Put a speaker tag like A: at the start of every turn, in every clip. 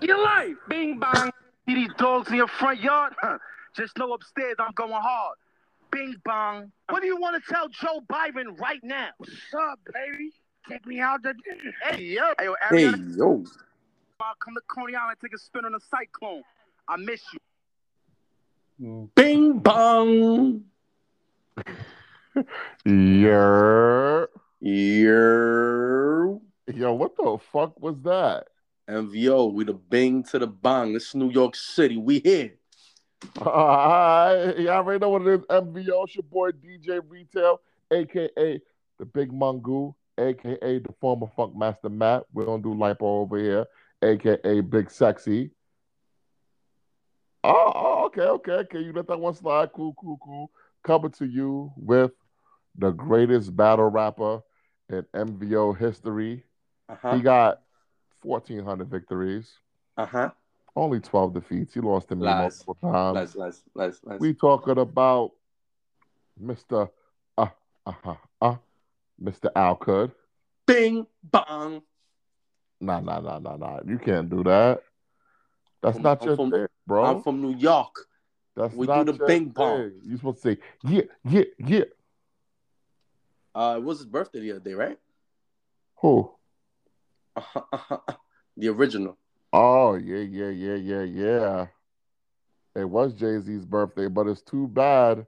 A: your life. Bing bang. See these dogs in your front yard? Huh. Just know upstairs I'm going hard. Bing bong. What do you want to tell Joe Byron right now? What's up, baby? Take me out the dinner. Hey, yo. Hey, yo,
B: Hey,
A: Ariana,
B: yo.
A: I'll come to Coney Island take a spin on a cyclone. I miss you.
B: Bing bong.
C: Yeah.
B: Yo.
C: Yo, what the fuck was that?
B: MVO, we the bing to the bong. This is New York City. We here.
C: Alright, y'all already know what it is. MVO, it's your boy DJ Retail, aka the Big Mungu, aka the former Funk Master Matt. We're gonna do lipo over here, aka Big Sexy. Oh, oh, okay, okay, okay. You let that one slide. Cool, cool, cool. Coming to you with the greatest battle rapper in MVO history.
B: Uh-huh.
C: He got 1,400 victories,
B: Uh-huh.
C: only 12 defeats. He lost to me
B: Lies.
C: multiple times.
B: Let's let's let's let's
C: We talking about Mr. Uh, uh, uh, Mr. Alcud.
B: bing bong.
C: Nah, nah, nah, nah, nah. You can't do that. That's
B: I'm-
C: not
B: I'm
C: your
B: from-
C: thing, bro.
B: I'm from New York.
C: That's
B: we do
C: not
B: the
C: your
B: ping pong.
C: thing. You supposed to say yeah, yeah, yeah.
B: Uh, it was his birthday the other day, right?
C: Who?
B: Uh-huh, uh-huh. the original.
C: Oh yeah, yeah, yeah, yeah, yeah. It was Jay Z's birthday, but it's too bad.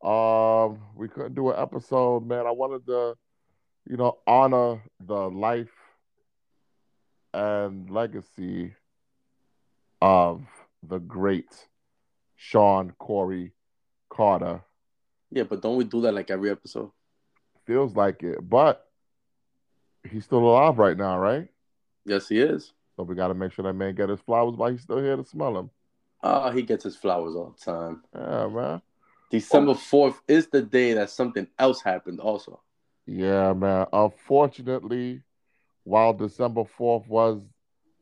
C: Um, we couldn't do an episode, man. I wanted to, you know, honor the life and legacy of the great Sean Corey Carter.
B: Yeah, but don't we do that like every episode?
C: Feels like it, but he's still alive right now, right?
B: Yes, he is.
C: So we got to make sure that man get his flowers while he's still here to smell him.
B: Uh, he gets his flowers all the time.
C: Yeah, man.
B: December fourth is the day that something else happened. Also,
C: Yeah, man. Unfortunately, while December 4th was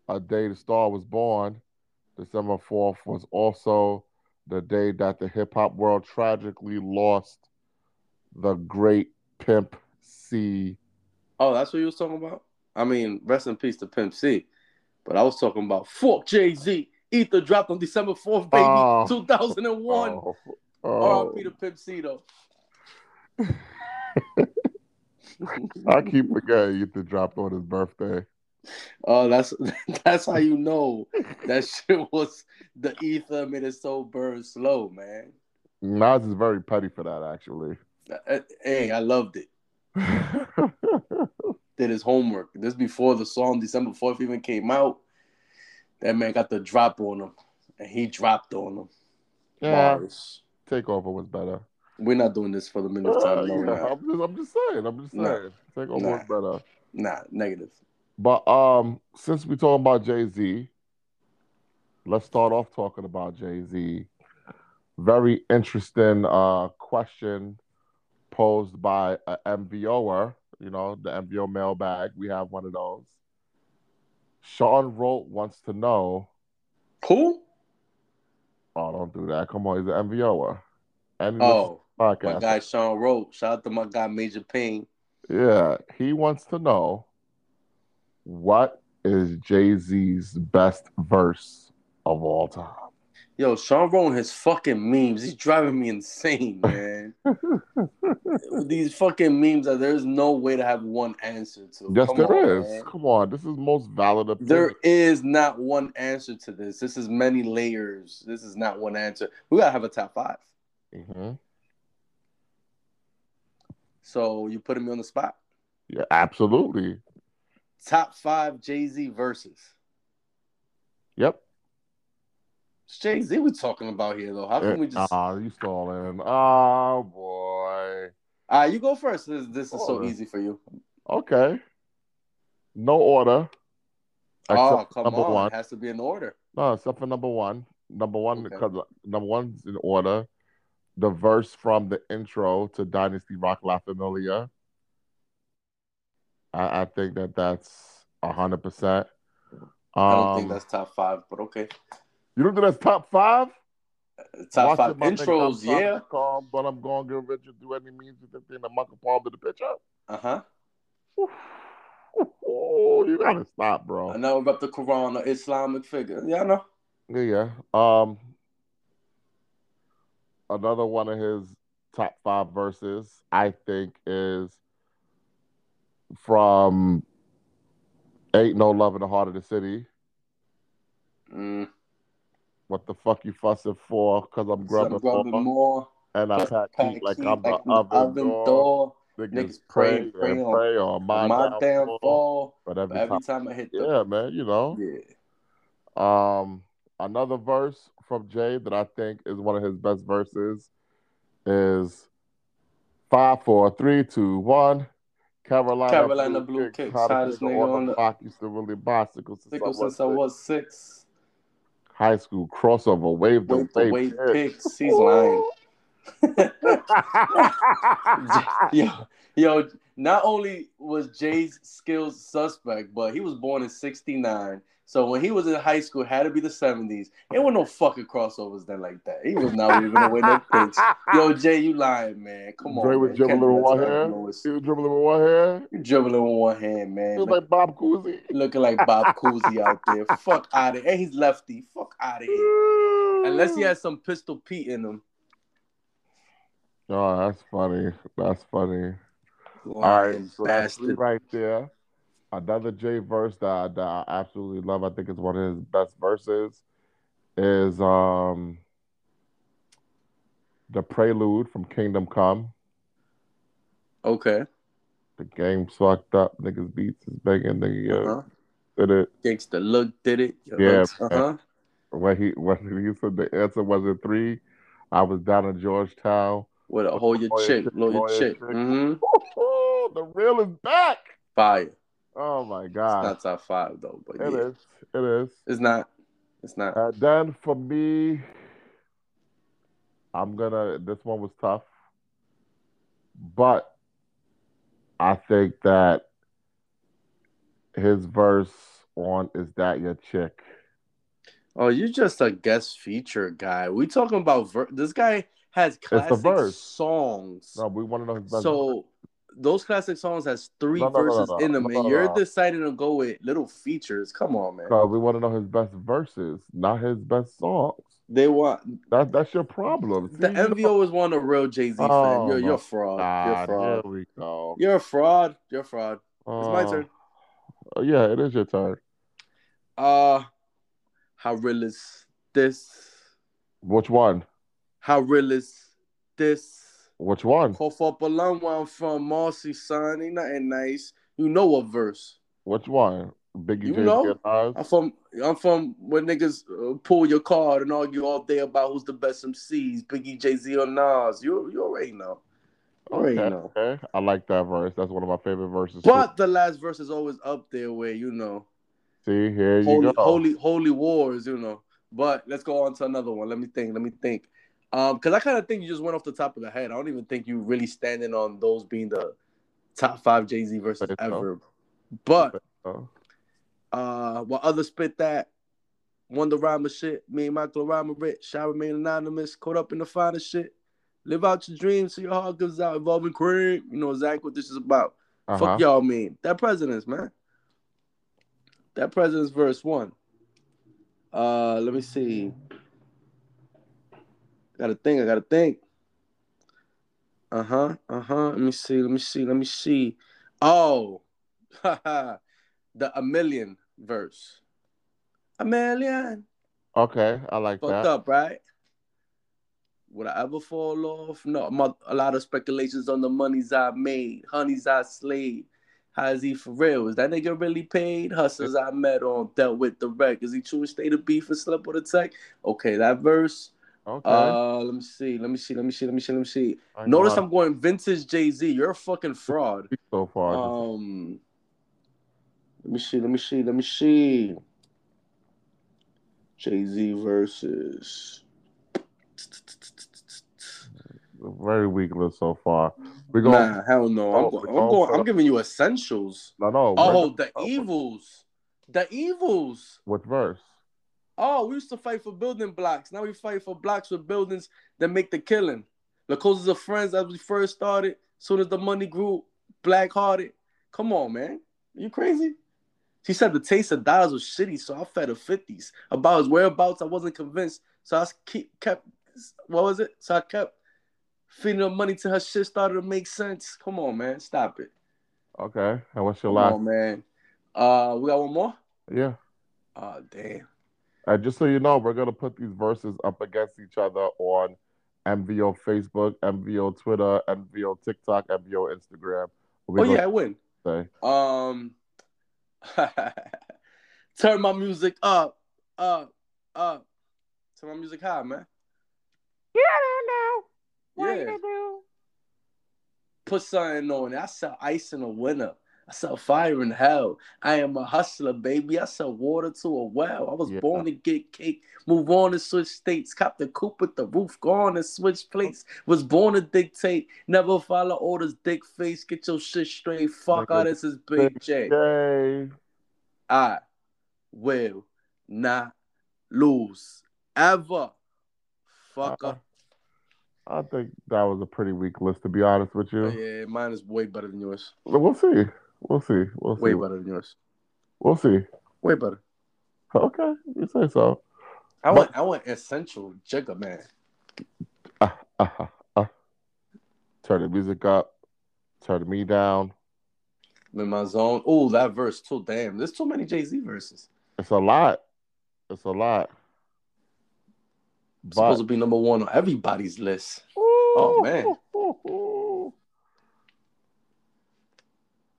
C: a day the star was born, December 4th was also the day that the hip hop world tragically lost the great Pimp C.
B: oh, that's what you was talking about. I mean, rest in peace to Pimp C. But I was talking about fuck Jay Z. Ether dropped on December fourth, baby,
C: Oh.
B: two thousand and one.
C: Oh,
B: R.I.P. to Pimp C though.
C: oh, I keep forgetting you to drop on his birthday.
B: Oh, that's that's how you know that shit was the ether made it so burn slow, man.
C: Nas is very petty for that, actually.
B: Uh, Hey, I loved it. Did his homework. This before the song December fourth even came out. That man got the drop on him, and he dropped on him.
C: yeah,
B: Bars.
C: Takeover was better.
B: We're not doing this for the minutes time.
C: Uh,
B: No,
C: yeah,
B: we're not.
C: I'm, just, I'm just saying. I'm just saying.
B: Nah.
C: Takeover
B: Nah.
C: was better.
B: Nah, negative.
C: But um, since we're talking about Jay Z, let's start off talking about Jay Z. Very interesting uh, question posed by an MVOer. You know, the MVO mailbag. We have one of those. Sean Rolt wants to know.
B: Who?
C: Oh, don't do that. Come on, he's an MVOer. And he listens
B: Oh,
C: to the
B: my
C: podcast.
B: guy Sean Rowe. Shout out to my guy Major Payne.
C: Yeah, he wants to know what is Jay Z's best verse of all time.
B: Yo, Sean Rowan has fucking memes. He's driving me insane, man. These fucking memes that there's no way to have one answer to.
C: Yes,
B: Come
C: there is.
B: on, man.
C: Come on, this is most valid opinion.
B: There is not one answer to this. This is many layers. This is not one answer. We gotta have a top five.
C: Mhm.
B: So you putting me on the spot?
C: Yeah, absolutely.
B: Top five Jay Z verses.
C: Yep.
B: It's Jay Z we're talking about here though. How can we just?
C: Ah, you stalling. Ah, boy.
B: Ah, you go first. This, this is so
C: Oh.
B: easy for you.
C: Okay. No order.
B: Oh,
C: Except for
B: come
C: number
B: on.
C: one.
B: It has to be in order.
C: No, except for number one. Number one
B: Okay.
C: because uh, number one's in order. The verse from the intro to Dynasty Rock La Familia. I, I think that that's hundred percent. Um,
B: I don't think that's top five, but okay.
C: you don't think that's top five.
B: Top
C: Watching
B: five
C: my nigga
B: intros,
C: outside
B: yeah.
C: the car, but I'm
B: Uh-huh.
C: going to get Richard through any means within the muck palm to the picture.
B: Uh huh.
C: Oh, you gotta stop, bro.
B: I never rep the Quran, the Islamic figure. Yeah, I know.
C: Yeah, yeah. Um, another one of his top five verses, I think, is from "Ain't No Love in the Heart of the City."
B: Mm,
C: What the fuck you fussing for? Cause I'm
B: grubbing
C: grubbing,
B: grubbing
C: more,
B: more.
C: and I
B: Plus
C: pack
B: pack
C: heat like
B: heat
C: I'm
B: like
C: the
B: an
C: oven, door.
B: door.
C: Niggas
B: Niggas pray,
C: pray,
B: pray
C: and
B: on-
C: pray on my,
B: My
C: downfall.
B: downfall.
C: But every,
B: But every
C: time,
B: time I hit the
C: yeah, man, you know.
B: yeah.
C: Um, another verse from Jay that I think is one of his best verses is five, four, three, two, one. Carolina,
B: Carolina Blue Kicks, hottest
C: hottest nigga on the block. Used to really bicycle since, I
B: Sickle
C: was
B: since I
C: six.
B: was six.
C: high school crossover. Wave the
B: Wait the
C: wave.
B: wait
C: pick.
B: picks. He's lying. yo, yo, not only was Jay's skills suspect, but he was born in 69. So when he was in high school, it had to be the 70s. There were no fucking crossovers then like that. He was not even gonna win no picks. Yo, Jay, you lying, man. Come on.
C: Dre was
B: man.
C: dribbling
B: Can't do
C: with
B: that
C: one
B: to Eric
C: hand.
B: Lewis.
C: He was dribbling with one hand.
B: You dribbling with one hand,
C: He
B: man.
C: was
B: Look-
C: like Bob Cousy.
B: looking like Bob Cousy out there. Fuck out of here. And he's lefty. Fuck out of here. Unless he has some pistol Pete in him.
C: Oh, that's funny. That's funny. All right, so that's three
B: bastard.
C: right there. Another J verse that I, that I absolutely love. I think it's one of his best verses. Is um the prelude from Kingdom Come.
B: Okay.
C: The game sucked up. Niggas beats is begging. Nigga yeah,
B: Uh-huh.
C: did it.
B: Gangsta look did it. Your
C: Yeah,
B: looks, uh-huh.
C: When he when he said the answer wasn't three, I was down in Georgetown.
B: With a hold your
C: Lawyer
B: chick,
C: chick,
B: blow your
C: lawyer
B: chick.
C: chick.
B: hmm
C: Woo-hoo, Oh, the reel is back.
B: Fire. It's
C: Oh my god,
B: not top five though, but
C: it
B: yeah.
C: is. Uh, It is.
B: It's not. It's not.
C: And then for me, I'm gonna. This one was tough, but I think that his verse on "Is That Your Chick."
B: Oh, you just a guest feature guy. We talking about ver- this guy has
C: the
B: classic
C: verse.
B: songs.
C: No, we want to know his best.
B: So those classic songs has three
C: No, no, no, no,
B: verses
C: no.
B: in them,
C: No,
B: and
C: no,
B: you're
C: no.
B: deciding to go with little features. Come on, man.
C: no, we want to know his best verses, not his best songs.
B: They want
C: That that's your problem.
B: the
C: See, you
B: MVO is one a real Jay Z fan.
C: Oh,
B: You're you're
C: my
B: a fraud. You're a
C: God,
B: fraud.
C: here we go.
B: You're a fraud. You're a fraud. uh, It's my
C: Uh,
B: turn.
C: oh, yeah, it is your turn.
B: Uh how real is this?
C: Which one?
B: How real is this?
C: Which one?
B: Cough up a lung where I'm from, Marcy son. Ain't nothing nice. You know what verse?
C: Which one? Biggie
B: You
C: Jay-Z
B: know.
C: and Nas?
B: I'm from I'm from when niggas uh, pull your card and argue all day about who's the best MCs, Biggie, Jay Z, or Nas. You you already know. You already
C: Okay,
B: know.
C: okay. I like that verse. That's one of my favorite verses. too.
B: But the last verse is always up there where you know
C: see, here
B: holy
C: you go.
B: holy holy wars, you know. But let's go on to another one. Let me think. Let me think. Um, because I kind of think you just went off the top of the head. I don't even think you really standing on those being the top five Jay Z verses
C: Say so.
B: ever. But
C: Oh,
B: uh while others spit that wonder rhyme shit me and michael rhyme rich i remain anonymous caught up in the finest shit live out your dreams so your heart gives out involving cream you know exactly what this is about
C: uh-huh.
B: fuck y'all mean that president's man that president's verse one uh let me see gotta think i gotta think uh-huh uh-huh let me see let me see let me see oh the a million verse a million
C: Okay, I like
B: fucked
C: that.
B: up, right? Would I ever fall off? No, mo- a lot of speculations on the monies I made, honeys I slayed. How is he for real? Is that nigga really paid? Hustlers I met on, dealt with the wreck. Is he true and stay to beef and slip with a tech? Okay, that verse.
C: Okay.
B: Uh, let me see, let me see, let me see, let me see, let me see.
C: I ain't
B: Notice
C: gonna
B: I'm going vintage Jay Z. You're a fucking fraud.
C: speak so far. Just-
B: Um, let me see, let me see, let me see. Jay Z versus.
C: very weak list so far. We're going.
B: Nah, hell no. I'm
C: Oh,
B: going.
C: we
B: I'm
C: all
B: going.
C: put
B: I'm
C: up-
B: giving you essentials.
C: No, no. we're
B: Oh,
C: not-
B: the evils, the evils.
C: What verse?
B: Oh, we used to fight for building blocks. Now we fight for blocks with buildings that make the killing. The closest of friends as we first started. Soon as the money grew, black hearted. Come on, man. You crazy? She said the taste of dollars was shitty, so I fed her fifties. About his whereabouts, I wasn't convinced, so I keep, kept. What was it? So I kept feeding her money till her shit started to make sense. Come on, man, stop it.
C: Okay. And what's your
B: Come
C: last?
B: on, man. Uh, we got one more.
C: Yeah.
B: Oh damn.
C: And just so you know, we're gonna put these verses up against each other on MVO Facebook, MVO Twitter, MVO TikTok, MVO Instagram. We
B: oh
C: gonna
B: yeah, I win.
C: say-
B: Um, turn my music up, up, up. Turn my music high, man. Yeah, I don't know. yeah. Put something on it. I sell ice in the winter. I sell fire in hell. I am a hustler, baby. I sell water to a well. I was
C: Yeah.
B: born to get cake. Move on and switch states. Cop the coupe with the roof gone and switch plates. Was born to dictate. Never follow orders, dick face. Get your shit straight. Fuck all this is Big J.
C: Yay.
B: I will not lose ever. Fucker.
C: Uh, I think that was a pretty weak list, to be honest with you.
B: Oh, yeah, mine is way better than yours.
C: But We'll see. We'll see. We'll see.
B: Way better than yours.
C: We'll see.
B: Way better.
C: Okay, you say so.
B: I
C: But-
B: want I want essential jigger man.
C: Uh-huh. Uh. Turn the music up. Turn me down.
B: I'm in my zone. Oh, that verse too. Damn, there's too many Jay Z verses.
C: It's a lot. It's a lot.
B: I'm
C: But
B: supposed to be number one on everybody's list. Oh, man.
C: man.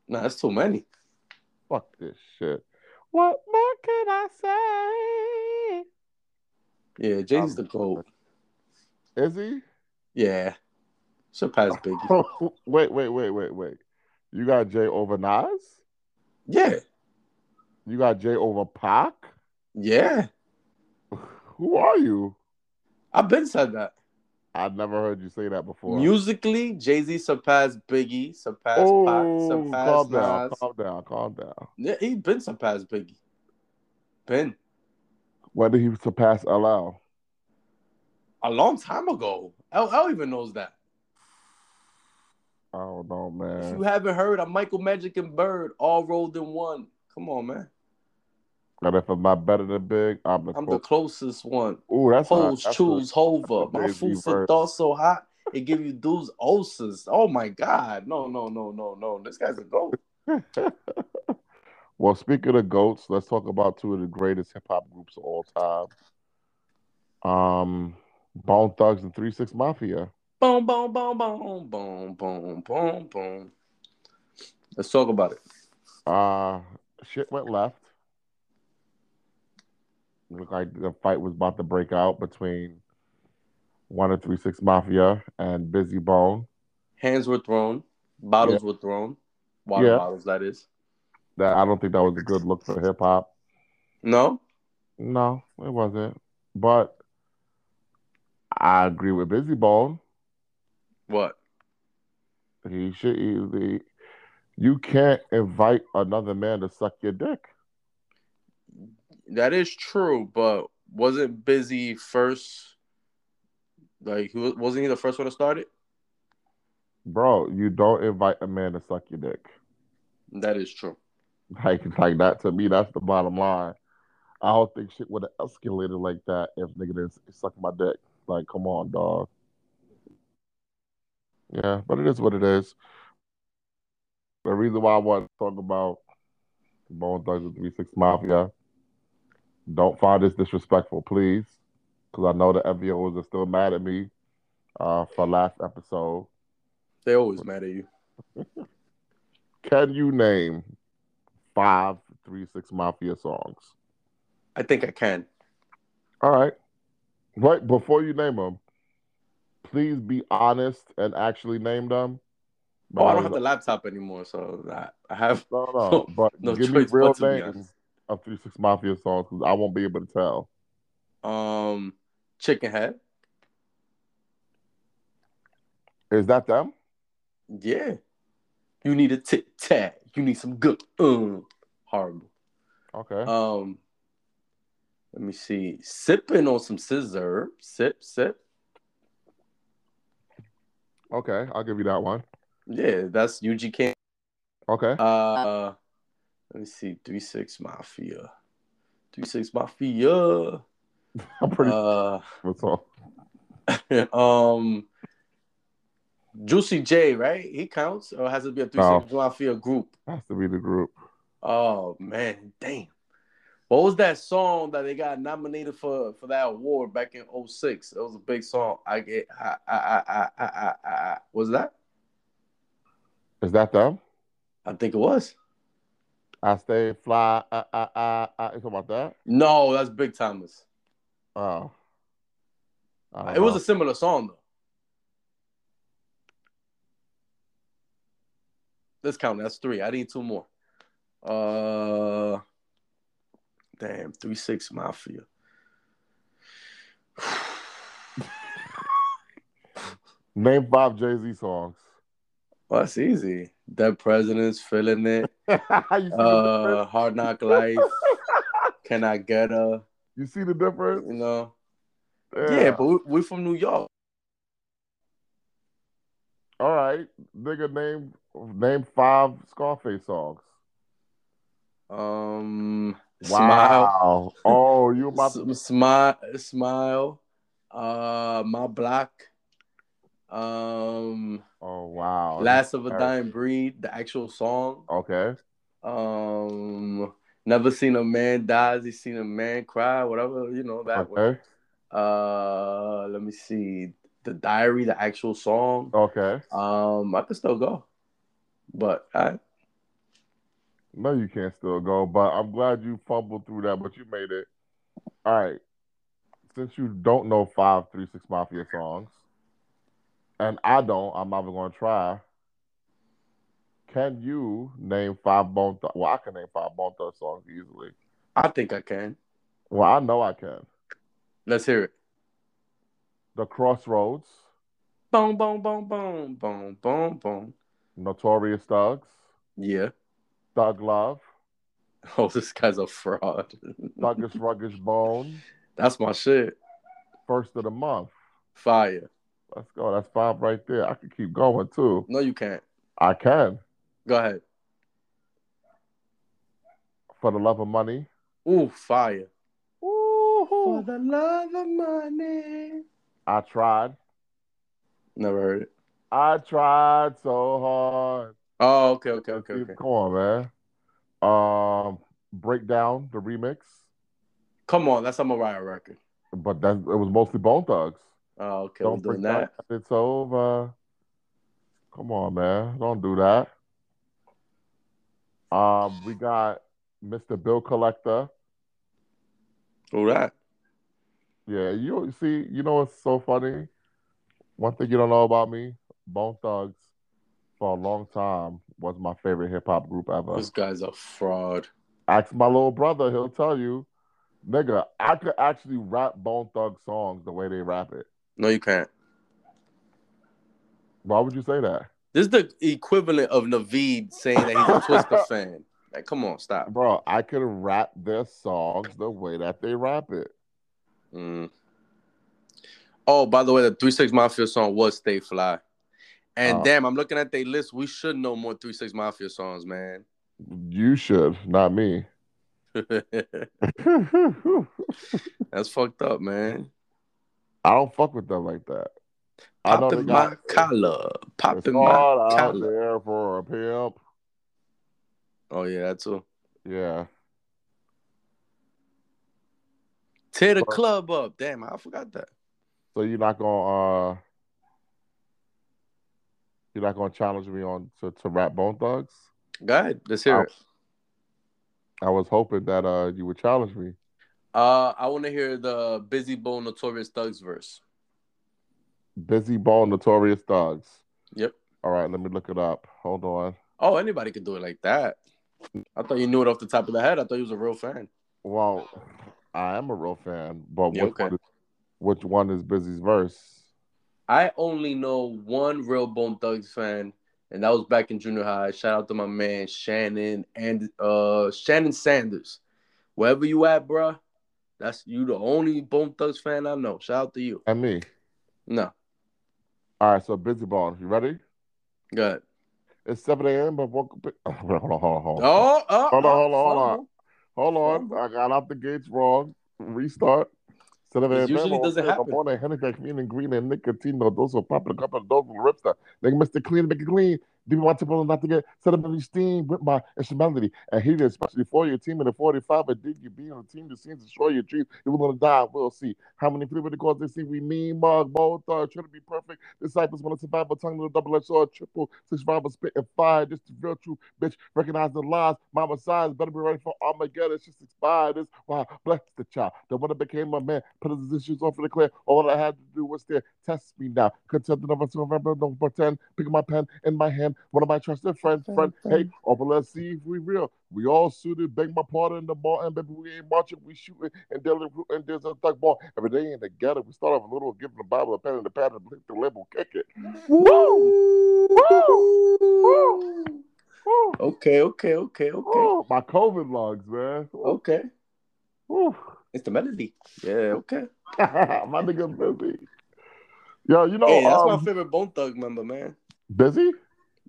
B: Nah, that's too many.
C: Fuck this shit. What more can I
B: Yeah, Jay's the goat.
C: say? Is he?
B: Yeah, surpass Biggie.
C: wait, wait, wait, wait, wait. You got Jay over Nas?
B: Yeah,
C: You got Jay over Pac?
B: yeah.
C: Who are you?
B: I've been said that.
C: I've never heard you say that before.
B: Musically, Jay Z surpassed Biggie, surpassed
C: oh,
B: Pac, surpassed
C: calm down,
B: Nas.
C: calm down, calm down.
B: Yeah, he been surpassed Biggie. Been
C: When did he surpass LL?
B: a long time ago. LL even knows that.
C: I don't know,
B: If you
C: man.
B: haven't heard of Michael Magic and Bird all rolled in one, come on, man.
C: And if I'm not better than Big, I'm the.
B: I'm the closest one.
C: oh, that's not-
B: Hoes
C: that's
B: choose hover.
C: that's a
B: My
C: Jay-Z
B: food
C: verse.
B: thought so hot it give you dudes ulcers. Oh my god. No, no, no, no, no. This guy's a goat.
C: Well, speaking of goats, let's talk about two of the greatest hip hop groups of all time. Um, Bone Thugs and Three Six Mafia.
B: Boom, boom, boom, boom, boom, boom, boom, boom. Let's talk about it.
C: Uh shit went left. Looked like the fight was about to break out between one and Three Six Mafia and Busy Bone.
B: Hands were thrown, bottles were thrown, water
C: Yeah.
B: bottles, that is.
C: That I don't think that was a good look for hip hop.
B: No?
C: No, it wasn't. But I agree with Busy Bone.
B: What?
C: He should easily. You can't invite another man to suck your dick.
B: That is true, but wasn't Busy first? Like, he wa- wasn't he the first one to start it?
C: Bro, you don't invite a man to suck your dick.
B: That is true.
C: Like, like that to me, that's the bottom line. I don't think shit would have escalated like that if nigga didn't suck my dick. Like, come on, dog. Yeah, but it is what it is. The reason why I want to talk about Bone Thugs and Three Six Mafia, don't find this disrespectful, please, because I know the MVOs are still mad at me uh, for last episode.
B: They always mad at you.
C: Can you name five Three Six Mafia songs?
B: I think I can.
C: All right. Right before you name them, please be honest and actually name them.
B: Oh, I don't have the laptop anymore, so I, I have
C: No, no, but
B: no
C: give me
B: choice
C: real
B: but to be
C: names
B: honest.
C: of Three Six Mafia songs because I won't be able to tell.
B: Um, Chicken Head.
C: Is that them?
B: Yeah. You need a tic tac. You need some good. Uh, horrible.
C: Okay.
B: Um, let me see. Sipping on some scissor. Sip, sip.
C: okay, I'll give you that one.
B: Yeah, that's UGK.
C: Okay.
B: Uh, Let me see. Three Six Mafia. Three Six Mafia.
C: I'm pretty sure
B: Uh,
C: what's up.
B: um, Juicy J, right? He counts, or has it be a Three
C: No.
B: Six Mafia group?
C: Has to be the group.
B: Oh man, damn. What was that song that they got nominated for for that award back in 06? It was a big song. I get I I I I I, I, I. was that?
C: Is that them?
B: I think it was.
C: I stay fly. Uh, uh, uh, uh. You talking about that?
B: No, that's Big Thomas.
C: Oh. I don't
B: It was
C: know.
B: a similar song though. Let's count. it. That's three. I need two more. Uh, damn, three six mafia.
C: name five Jay Z songs.
B: Well, Oh, that's easy. Dead presidents feeling it.
C: you, see
B: Uh,
C: the
B: hard knock life. Can I get a?
C: difference? you see the difference?
B: You know. Yeah, but we, we're from New York.
C: all right, nigga, name name five Scarface songs.
B: Um, smile,
C: Wow. Oh, you about to,
B: S- smile, smile. Uh, my block. Um,
C: Oh wow.
B: last of a
C: Alright.
B: dying breed. The actual song.
C: Okay.
B: Um, never seen a man die. as He seen a man cry. Whatever you know that. one.
C: Okay.
B: Uh, let me see. The diary, the actual song.
C: Okay.
B: Um, I could still go, but I
C: No, you can't still go, but I'm glad you fumbled through that, but you made it. All right. Since you don't know five three six mafia songs, and I don't, I'm not even gonna try. Can you name five Bone Thugs? Well, I can name five Bone Thugs songs easily.
B: I think I can.
C: Well, I know I can.
B: Let's hear it.
C: The Crossroads,
B: Boom, boom, boom, boom, boom, boom, boom.
C: Notorious Thugs,
B: Yeah.
C: Thug Love,
B: Oh, this guy's a fraud.
C: Thuggish Ruggish Bone,
B: That's my shit.
C: First of the Month.
B: Fire.
C: Let's go. That's five right there. I could keep going too.
B: No, you can't.
C: I can.
B: Go ahead.
C: For the love of money.
B: Ooh, fire. For
C: Woo-hoo.
B: the love of money.
C: I tried.
B: Never heard it.
C: I tried so hard.
B: Oh, okay, okay, okay, okay.
C: Come on, man. Um, breakdown the remix,
B: Come on, that's a Mariah record.
C: but that it was mostly Bone Thugs.
B: Oh, okay, we're doing
C: break down,
B: that.
C: It's over. Come on, man. Don't do that. Um, we got Mr. Bill Collector.
B: All right.
C: Yeah, you see, you know what's so funny? One thing you don't know about me, Bone Thugs, for a long time was my favorite hip hop group ever.
B: This guy's a fraud.
C: Ask my little brother, he'll tell you, nigga, I could actually rap Bone Thug songs the way they rap it.
B: No, you can't.
C: Why would you say that?
B: This is the equivalent of Naveed saying that he's a Twister fan. Like, come on, stop.
C: Bro, I could rap their songs the way that they rap it.
B: Mm. Oh, by the way, the Three Six Mafia song was "Stay Fly," and
C: Oh.
B: damn, I'm looking at their list. We should know more Three Six Mafia songs, man.
C: You should, not me. I
B: That's fucked up, man.
C: don't fuck with them like that. I know they
B: Popping my
C: got
B: collar,
C: it's
B: popping my
C: hard out
B: collar.
C: there for a pimp.
B: Oh yeah, that too.
C: Yeah.
B: Tear the club up. Damn, I forgot that.
C: So you're not gonna uh you're not gonna challenge me on to, to rap Bone Thugs?
B: Go ahead, let's hear it.
C: I was hoping that uh you would challenge me.
B: Uh, I want to hear the Busy Bone Notorious Thugs verse.
C: Busy Ball Notorious Thugs.
B: Yep.
C: All right, let me look it up. Hold on.
B: Oh, anybody could do it like that. I thought you knew it off the top of the head. I thought you was a real fan.
C: Well, I am a real fan, but
B: Yeah,
C: which,
B: okay.
C: one is, which one is Busy's verse?
B: I only know one real Bone Thugs fan, and that was back in junior high. Shout out to my man Shannon and uh Shannon Sanders. Wherever you at, bruh, that's you the only Bone Thugs fan I know. Shout out to you.
C: And me.
B: No,
C: All right, so Busy Ball, you ready?
B: good.
C: It's 7 a.m., but woke up. Hold on, hold on, hold on.
B: Oh, oh,
C: Hold on,
B: oh,
C: hold on, hold
B: so-
C: Hold on. I got out the gates wrong. Restart. 7
B: It
C: a.m.
B: usually
C: Mellow,
B: doesn't
C: Oakland,
B: happen.
C: Ramona, Hennebeck, Mean and Green, and Nicotino. Those are popping a couple of those from Ripster. They missed the clean, make it clean. Didn't want to pull not to get celebrity steam with my instrumentality. And he did, especially for your team in the 45. But did you be on the team that seems to show your dreams? If we're going to die, we'll see. How many people to cause this see? We mean, mug, bold, thought, trying to be perfect. Disciples want to survive a tongue, little double edged sword, triple, six rivals, spit and fire. Just the real truth, bitch. Recognize the lies. Mama size better be ready for Armageddon. It's just expired. It's wow. Bless the child. The one that became a man, put his issues off for the clear. All I had to do was there. Test me now. Contend never to remember. Don't pretend. Pick my pen in my hand. One of my trusted friends, friend. Hey, over let's see if we real. We all suited, bang my partner in the ball, and baby, we ain't marching, we shooting, and dealing, and there's a thug ball. Every day in the ghetto, we start off a little, giving the Bible a pen and the pad, and lick the label, kick it.
B: Woo!
C: Woo! Woo! Woo!
B: Okay, okay, okay, okay,
C: Ooh, my COVID logs, man. Ooh,
B: okay.
C: ooh.
B: It's the melody. Yeah, okay.
C: my nigga busy. Yo, you know,
B: hey, that's
C: um,
B: my favorite Bone Thug member, man.
C: busy.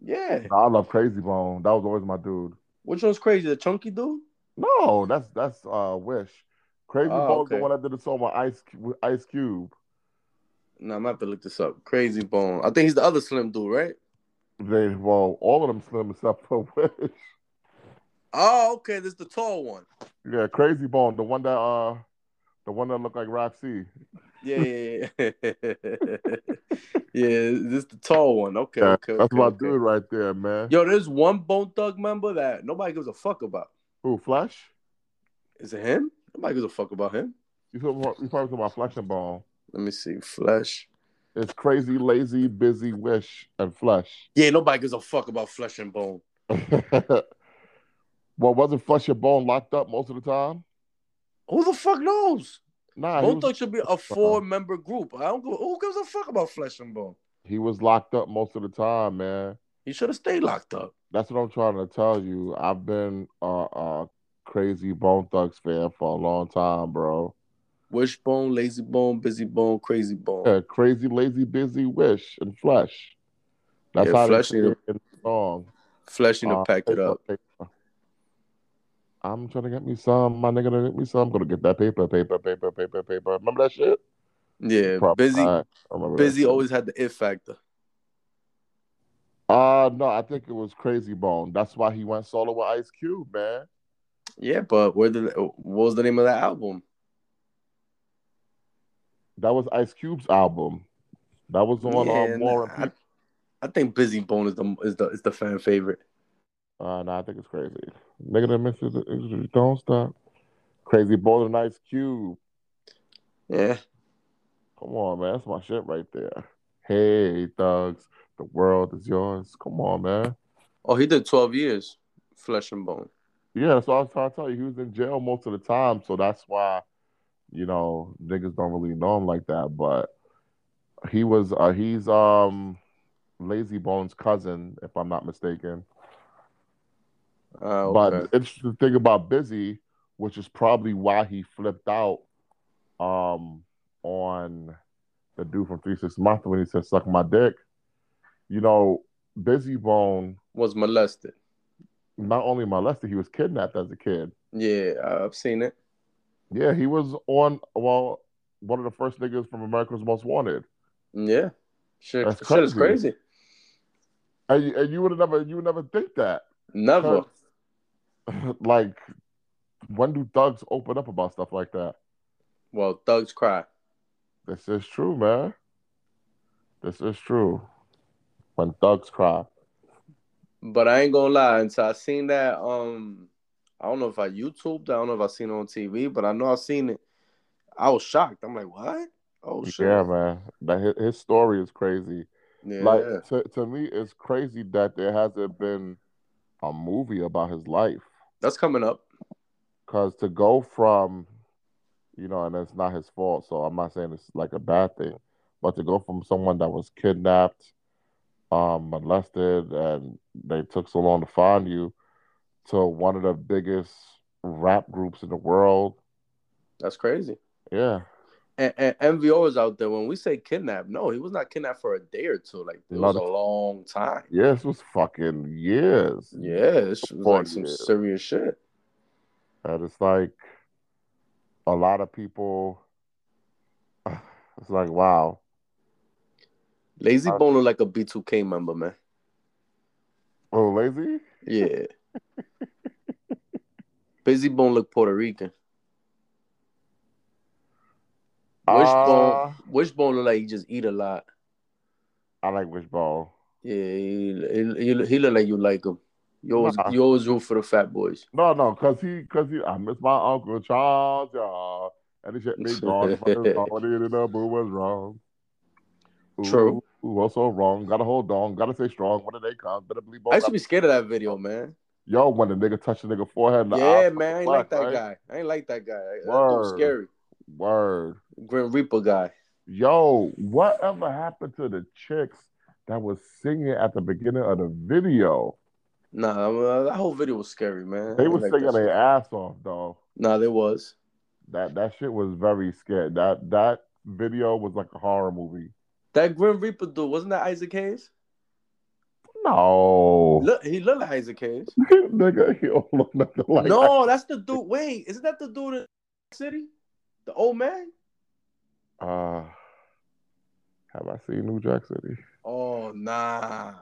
B: Yeah.
C: Nah, I love Crazy Bone. That was always my dude.
B: Which one's crazy? The chunky dude?
C: No, that's that's uh Wish. Crazy
B: Oh,
C: Bone's
B: okay.
C: the one that did the song with Ice with Ice Cube.
B: No, I'm gonna have to look this up. Crazy Bone. I think he's the other slim dude, right?
C: They well, all of them slim except for Wish.
B: Oh, okay. This is the tall one.
C: Yeah, Crazy Bone, the one that uh, the one that looked like Roxy.
B: Yeah, yeah, yeah. yeah, this is the tall one. Okay,
C: Yeah,
B: okay.
C: that's
B: okay,
C: my
B: okay.
C: dude right there, man.
B: Yo, there's one Bone Thug member that nobody gives a fuck about.
C: Who Flesh?
B: Is it him? Nobody gives a fuck about him.
C: You talking about- you probably talking about Flesh and Bone?
B: Let me see. Flesh.
C: It's crazy, lazy, busy, wish, and flesh.
B: Yeah, nobody gives a fuck about Flesh and Bone.
C: well, wasn't flesh and bone locked up most of the time?
B: Who the fuck knows?
C: Nah, he
B: Bone
C: was,
B: Thug should be a four member group. I don't go. Who gives a fuck about Flesh and Bone?
C: he was locked up most of the time, man.
B: He should have stayed locked up.
C: That's what I'm trying to tell you. I've been a, a crazy Bone Thugs fan for a long time, bro.
B: Wishbone, Lazy Bone, Busy Bone, Crazy Bone.
C: Yeah, crazy, lazy, busy, wish, and flesh. That's
B: Yeah,
C: how
B: Flesh
C: they
B: need
C: it in the song.
B: Flesh need to
C: Uh,
B: pack it
C: paper,
B: up.
C: paper. I'm trying to get me some. My nigga gonna get me some. I'm gonna get that paper, paper, paper, paper, paper. Remember that shit?
B: Yeah,
C: Probably
B: Busy.
C: not. I remember that
B: Busy
C: shit.
B: always had the it factor.
C: Uh no, I think it was Crazy Bone. That's why he went solo with Ice Cube, man.
B: Yeah, but where did what was the name of that album?
C: That was Ice Cube's album. That was on
B: Yeah,
C: um,
B: and
C: War and
B: I-
C: Peace.
B: I think Busy Bone is the is the is the fan favorite.
C: Uh, no, I think it's crazy. Nigga that misses it, it- don't stop. Crazy Bowler and Ice Cube.
B: Yeah,
C: Come on, man. That's my shit right there. Hey, thugs. The world is yours. Come on, man.
B: Oh, he did 12 years, Flesh and Bone.
C: Yeah, that's what I was trying to tell you. He was in jail most of the time, so that's why, you know, niggas don't really know him like that. But he was uh he's um Lazy Bones' cousin, if I'm not mistaken.
B: Uh,
C: But
B: okay.
C: the interesting thing about Busy, which is probably why he flipped out um, on the dude from Three Six Mafia when he said "suck my dick," you know, Busy Bone
B: was molested.
C: not only molested, he was kidnapped as a kid.
B: Yeah, I- I've seen it.
C: Yeah, he was on well one of the first niggas from America's Most Wanted,
B: Yeah, shit,
C: That's
B: shit is
C: crazy.
B: crazy.
C: and you, and you would never you would never think that.
B: Never.
C: 'Cause, like, when do thugs open up about stuff like that?
B: Well, thugs cry.
C: This is true, man. This is true. When thugs cry.
B: But I ain't gonna lie. Until I seen that, um, I don't know if I YouTubed. I don't know if I seen it on TV, but I know I seen it. I was shocked. I'm like, what? Oh shit.
C: Yeah, man. That his, his story is crazy.
B: Yeah.
C: Like to, to me, it's crazy that there hasn't been a movie about his life.
B: That's coming up.
C: Cause to go from, you know, and it's not his fault, so I'm not saying it's like a bad thing, but to go from someone that was kidnapped, um, molested, and they took so long to find you, to one of the biggest rap groups in the world.
B: That's crazy.
C: Yeah.
B: and, and MVO is out there. When we say kidnapped, no, he was not kidnapped for a day or two. Like it was
C: Lot
B: a
C: of-
B: long time.
C: Yeah, this was fucking years.
B: Yeah, this was like some
C: Fuck, yeah.
B: serious shit.
C: And it's like a lot of people. It's like, wow.
B: Lazy
C: Uh,
B: Bone looked like a B2K member, man.
C: Oh, lazy?
B: Yeah. Busy Bone looked Puerto Rican. Wishbone,
C: Uh,
B: Wishbone look like he just eat a lot.
C: I like Wishbone.
B: Yeah, he, he, he, he look like you like him. You always,
C: Nah.
B: you always root for the fat boys.
C: No, no, cause he, cause he, I miss my uncle Charles, y'all, and he shit me gone. fucking gone, what he did up, who was wrong? Ooh,
B: True.
C: Who was so wrong? Gotta hold on. Gotta stay strong. When the day comes, better believe.
B: I
C: Both
B: used to be scared of that video, man.
C: Yo, when the nigga touch the nigga forehead, in the eye,
B: yeah, man, I ain't like
C: fuck,
B: that
C: right?
B: guy. I ain't like that guy. That dude was
C: Word.
B: scary.
C: Word.
B: Grim Reaper guy.
C: Yo, whatever happened to the chicks that was singing at the beginning of the video?
B: Nah, I mean, that whole video was scary, man. I
C: They
B: ain't
C: was
B: like
C: singing
B: that shit.
C: their ass off, though.
B: Nah, there was.
C: That that shit was very scary. That that video was like a horror movie.
B: That Grim Reaper dude wasn't that Isaac Hayes?
C: No,
B: Look, he looked like Isaac Hayes.
C: nigga, he don't look nothing like that.
B: no, that's the dude. Wait, isn't that the dude in City? The old man?
C: Uh, have I seen New Jack City?
B: Oh nah.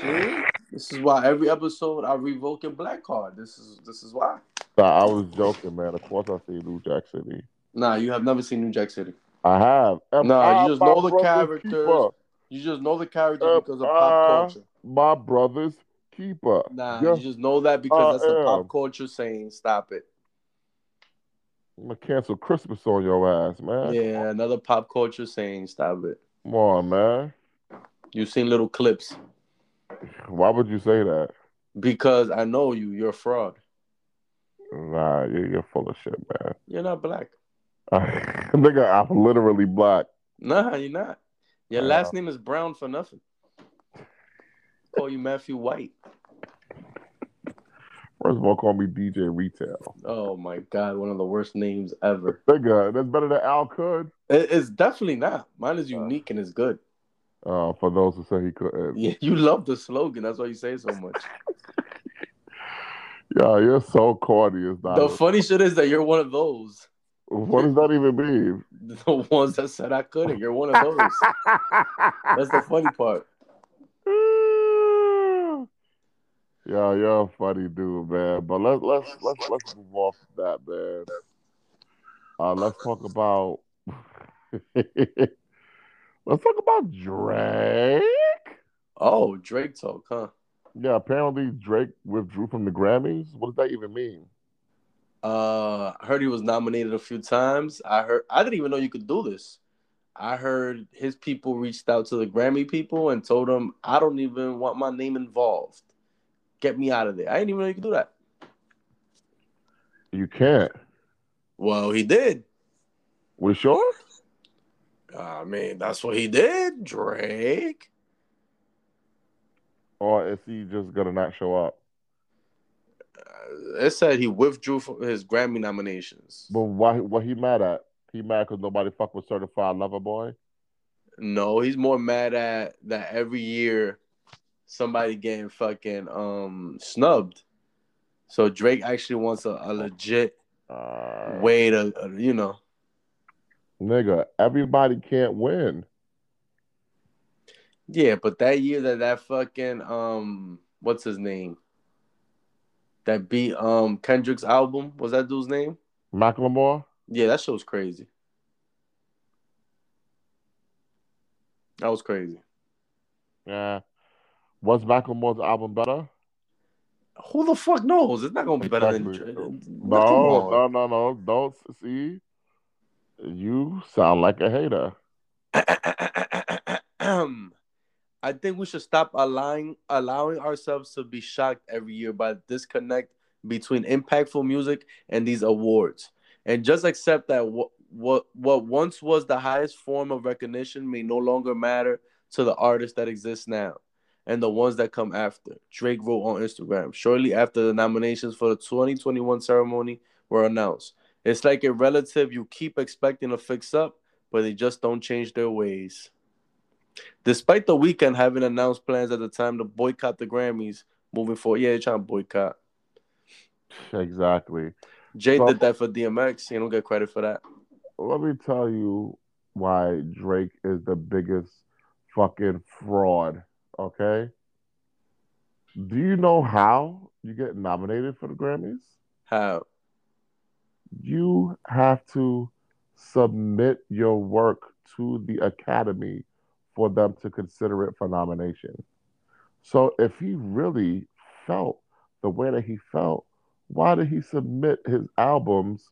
B: See? This is why every episode I revoke your black card. This is this is why.
C: Nah, I was joking, man. Of course, I seen New Jack City.
B: Nah, you have never seen New Jack City.
C: I have. Am
B: No,
C: I
B: you just
C: my
B: know the
C: brother's
B: characters.
C: keeper?
B: You just know the character
C: Uh,
B: because of pop
C: uh,
B: culture.
C: My brother's keeper.
B: Nah,
C: Yeah.
B: you just know that because that's
C: I
B: a
C: am.
B: pop culture saying. Stop it.
C: I'm gonna cancel Christmas on your ass, man.
B: Yeah, another pop culture saying. Stop it.
C: Come on, man.
B: You've seen little clips
C: Why would you say that?
B: because I know you. You're a fraud.
C: Nah, you're, you're full of shit, man.
B: You're not black.
C: Nigga, I'm literally black.
B: Nah, you're not. Your
C: Wow.
B: last name is Brown for nothing. Call you Matthew White.
C: First of all, call me DJ Retail.
B: Oh my God, one of the worst names ever.
C: Nigga, that's better than Al Could.
B: It- It's definitely not. Mine is unique and it's good.
C: Uh, for those who say he uh, couldn't.
B: Yeah, you love the slogan. That's why you say it so much.
C: Yeah, you're so corny. It's not.
B: The funny shit is that you're one of those.
C: what does that even mean?
B: The ones that said I couldn't. You're one of those. That's the funny part.
C: Yeah, you're a funny dude, man. But let's let's let's let's move off that, man. Uh, let's talk about let's talk about Drake.
B: Oh, Drake talk, huh?
C: Yeah, apparently Drake withdrew from the Grammys. What does that even mean?
B: Uh, I heard he was nominated a few times. I heard I didn't even know you could do this. I heard his people reached out to the Grammy people and told them, "I don't even want my name involved. Get me out of there." I didn't even know you could do that.
C: You can't.
B: Well, he did.
C: We sure?
B: I mean, that's what he did, Drake.
C: Or is he just gonna not show up?
B: Uh, it said he withdrew from his Grammy nominations.
C: But why? What he mad at? He mad because nobody fuck with Certified Lover Boy.
B: No, he's more mad at that every year somebody getting fucking um snubbed. So Drake actually wants a, a legit
C: Uh,
B: way to, uh, you know.
C: nigga, everybody can't win.
B: Yeah, but that year that that fucking um, what's his name? That beat um Kendrick's album was that dude's name?
C: Macklemore.
B: Yeah, that show's crazy. That was crazy.
C: Yeah. Was Macklemore's album better?
B: Who the fuck knows? It's not gonna be better
C: Exactly.
B: than Drake.
C: No, no, no, no. Don't see. You sound like a hater.
B: Ahem. I think we should stop allowing allowing ourselves to be shocked every year by the disconnect between impactful music and these awards, and just accept that what what what once was the highest form of recognition may no longer matter to the artists that exist now, and the ones that come after. Drake wrote on Instagram shortly after the nominations for the 2021 ceremony were announced. It's like a relative you keep expecting to fix up, but they just don't change their ways. Despite the weekend having announced plans at the time to boycott the Grammys moving forward. Yeah, they're trying to boycott.
C: Exactly.
B: Jay
C: So-
B: did that for DMX. He don't get credit for that.
C: Let me tell you why Drake is the biggest fucking fraud. Okay. Do you know how you get nominated for the Grammys?
B: How?
C: You have to submit your work to the Academy for them to consider it for nomination. So if he really felt the way that he felt, why did he submit his albums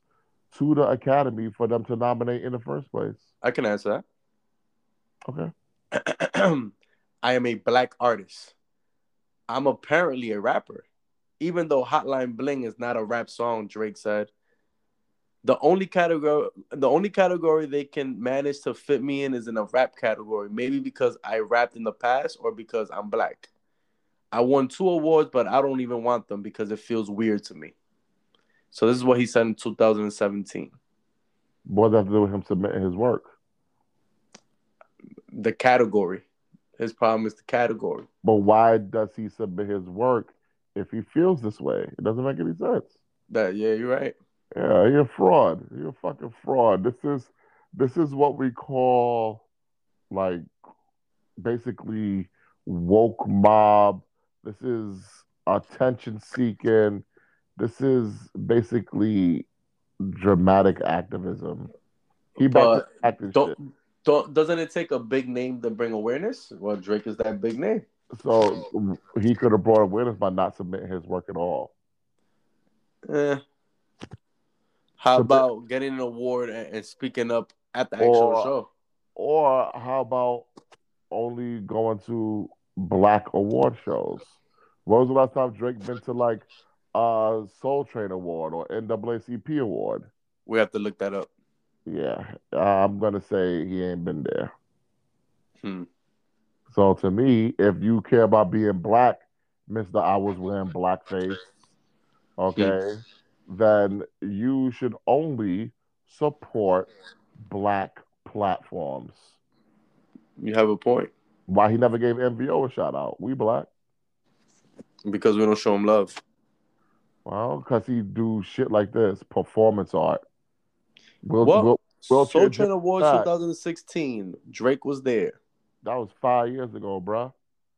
C: to the Academy for them to nominate in the first place?
B: I can answer that.
C: Okay.
B: I am a black artist. I'm apparently a rapper, even though Hotline Bling is not a rap song. Drake said, "The only category, the only category they can manage to fit me in is in a rap category. Maybe because I rapped in the past, or because I'm black. I won two awards, but I don't even want them because it feels weird to me." So this is what he said in 2017.
C: What does that have to do with him submitting his work?
B: The category. His problem is the category.
C: But why does he submit his work if he feels this way? It doesn't make any sense.
B: That yeah, you're right.
C: Yeah, you're a fraud. You're a fucking fraud. This is this is what we call like basically woke mob. This is attention seeking. This is basically dramatic activism. He about to act and shit.
B: Don't, don't doesn't it take a big name to bring awareness? Well, Drake is that big name.
C: So he could have brought awareness by not submitting his work at all.
B: Eh. How
C: So, but-
B: about getting an award and, and speaking up at the actual
C: Or-
B: show?
C: Or how about only going to black award shows? When was the last time Drake been to like uh Soul Train Award or NAACP Award?
B: We have to look that up.
C: Yeah, I'm gonna say he ain't been there.
B: Hmm.
C: So to me, if you care about being black, Mister, I was wearing blackface. Okay, then you should only support black platforms.
B: You have a point
C: Why he never gave MVO a shout out? We black.
B: because we don't show him love.
C: Well, because he do shit like this, performance art. Will,
B: Well-
C: Will- Well,
B: Soul
C: Jim-
B: Train Awards
C: Fact.
B: 2016. Drake was there,
C: that was five years ago, bruh.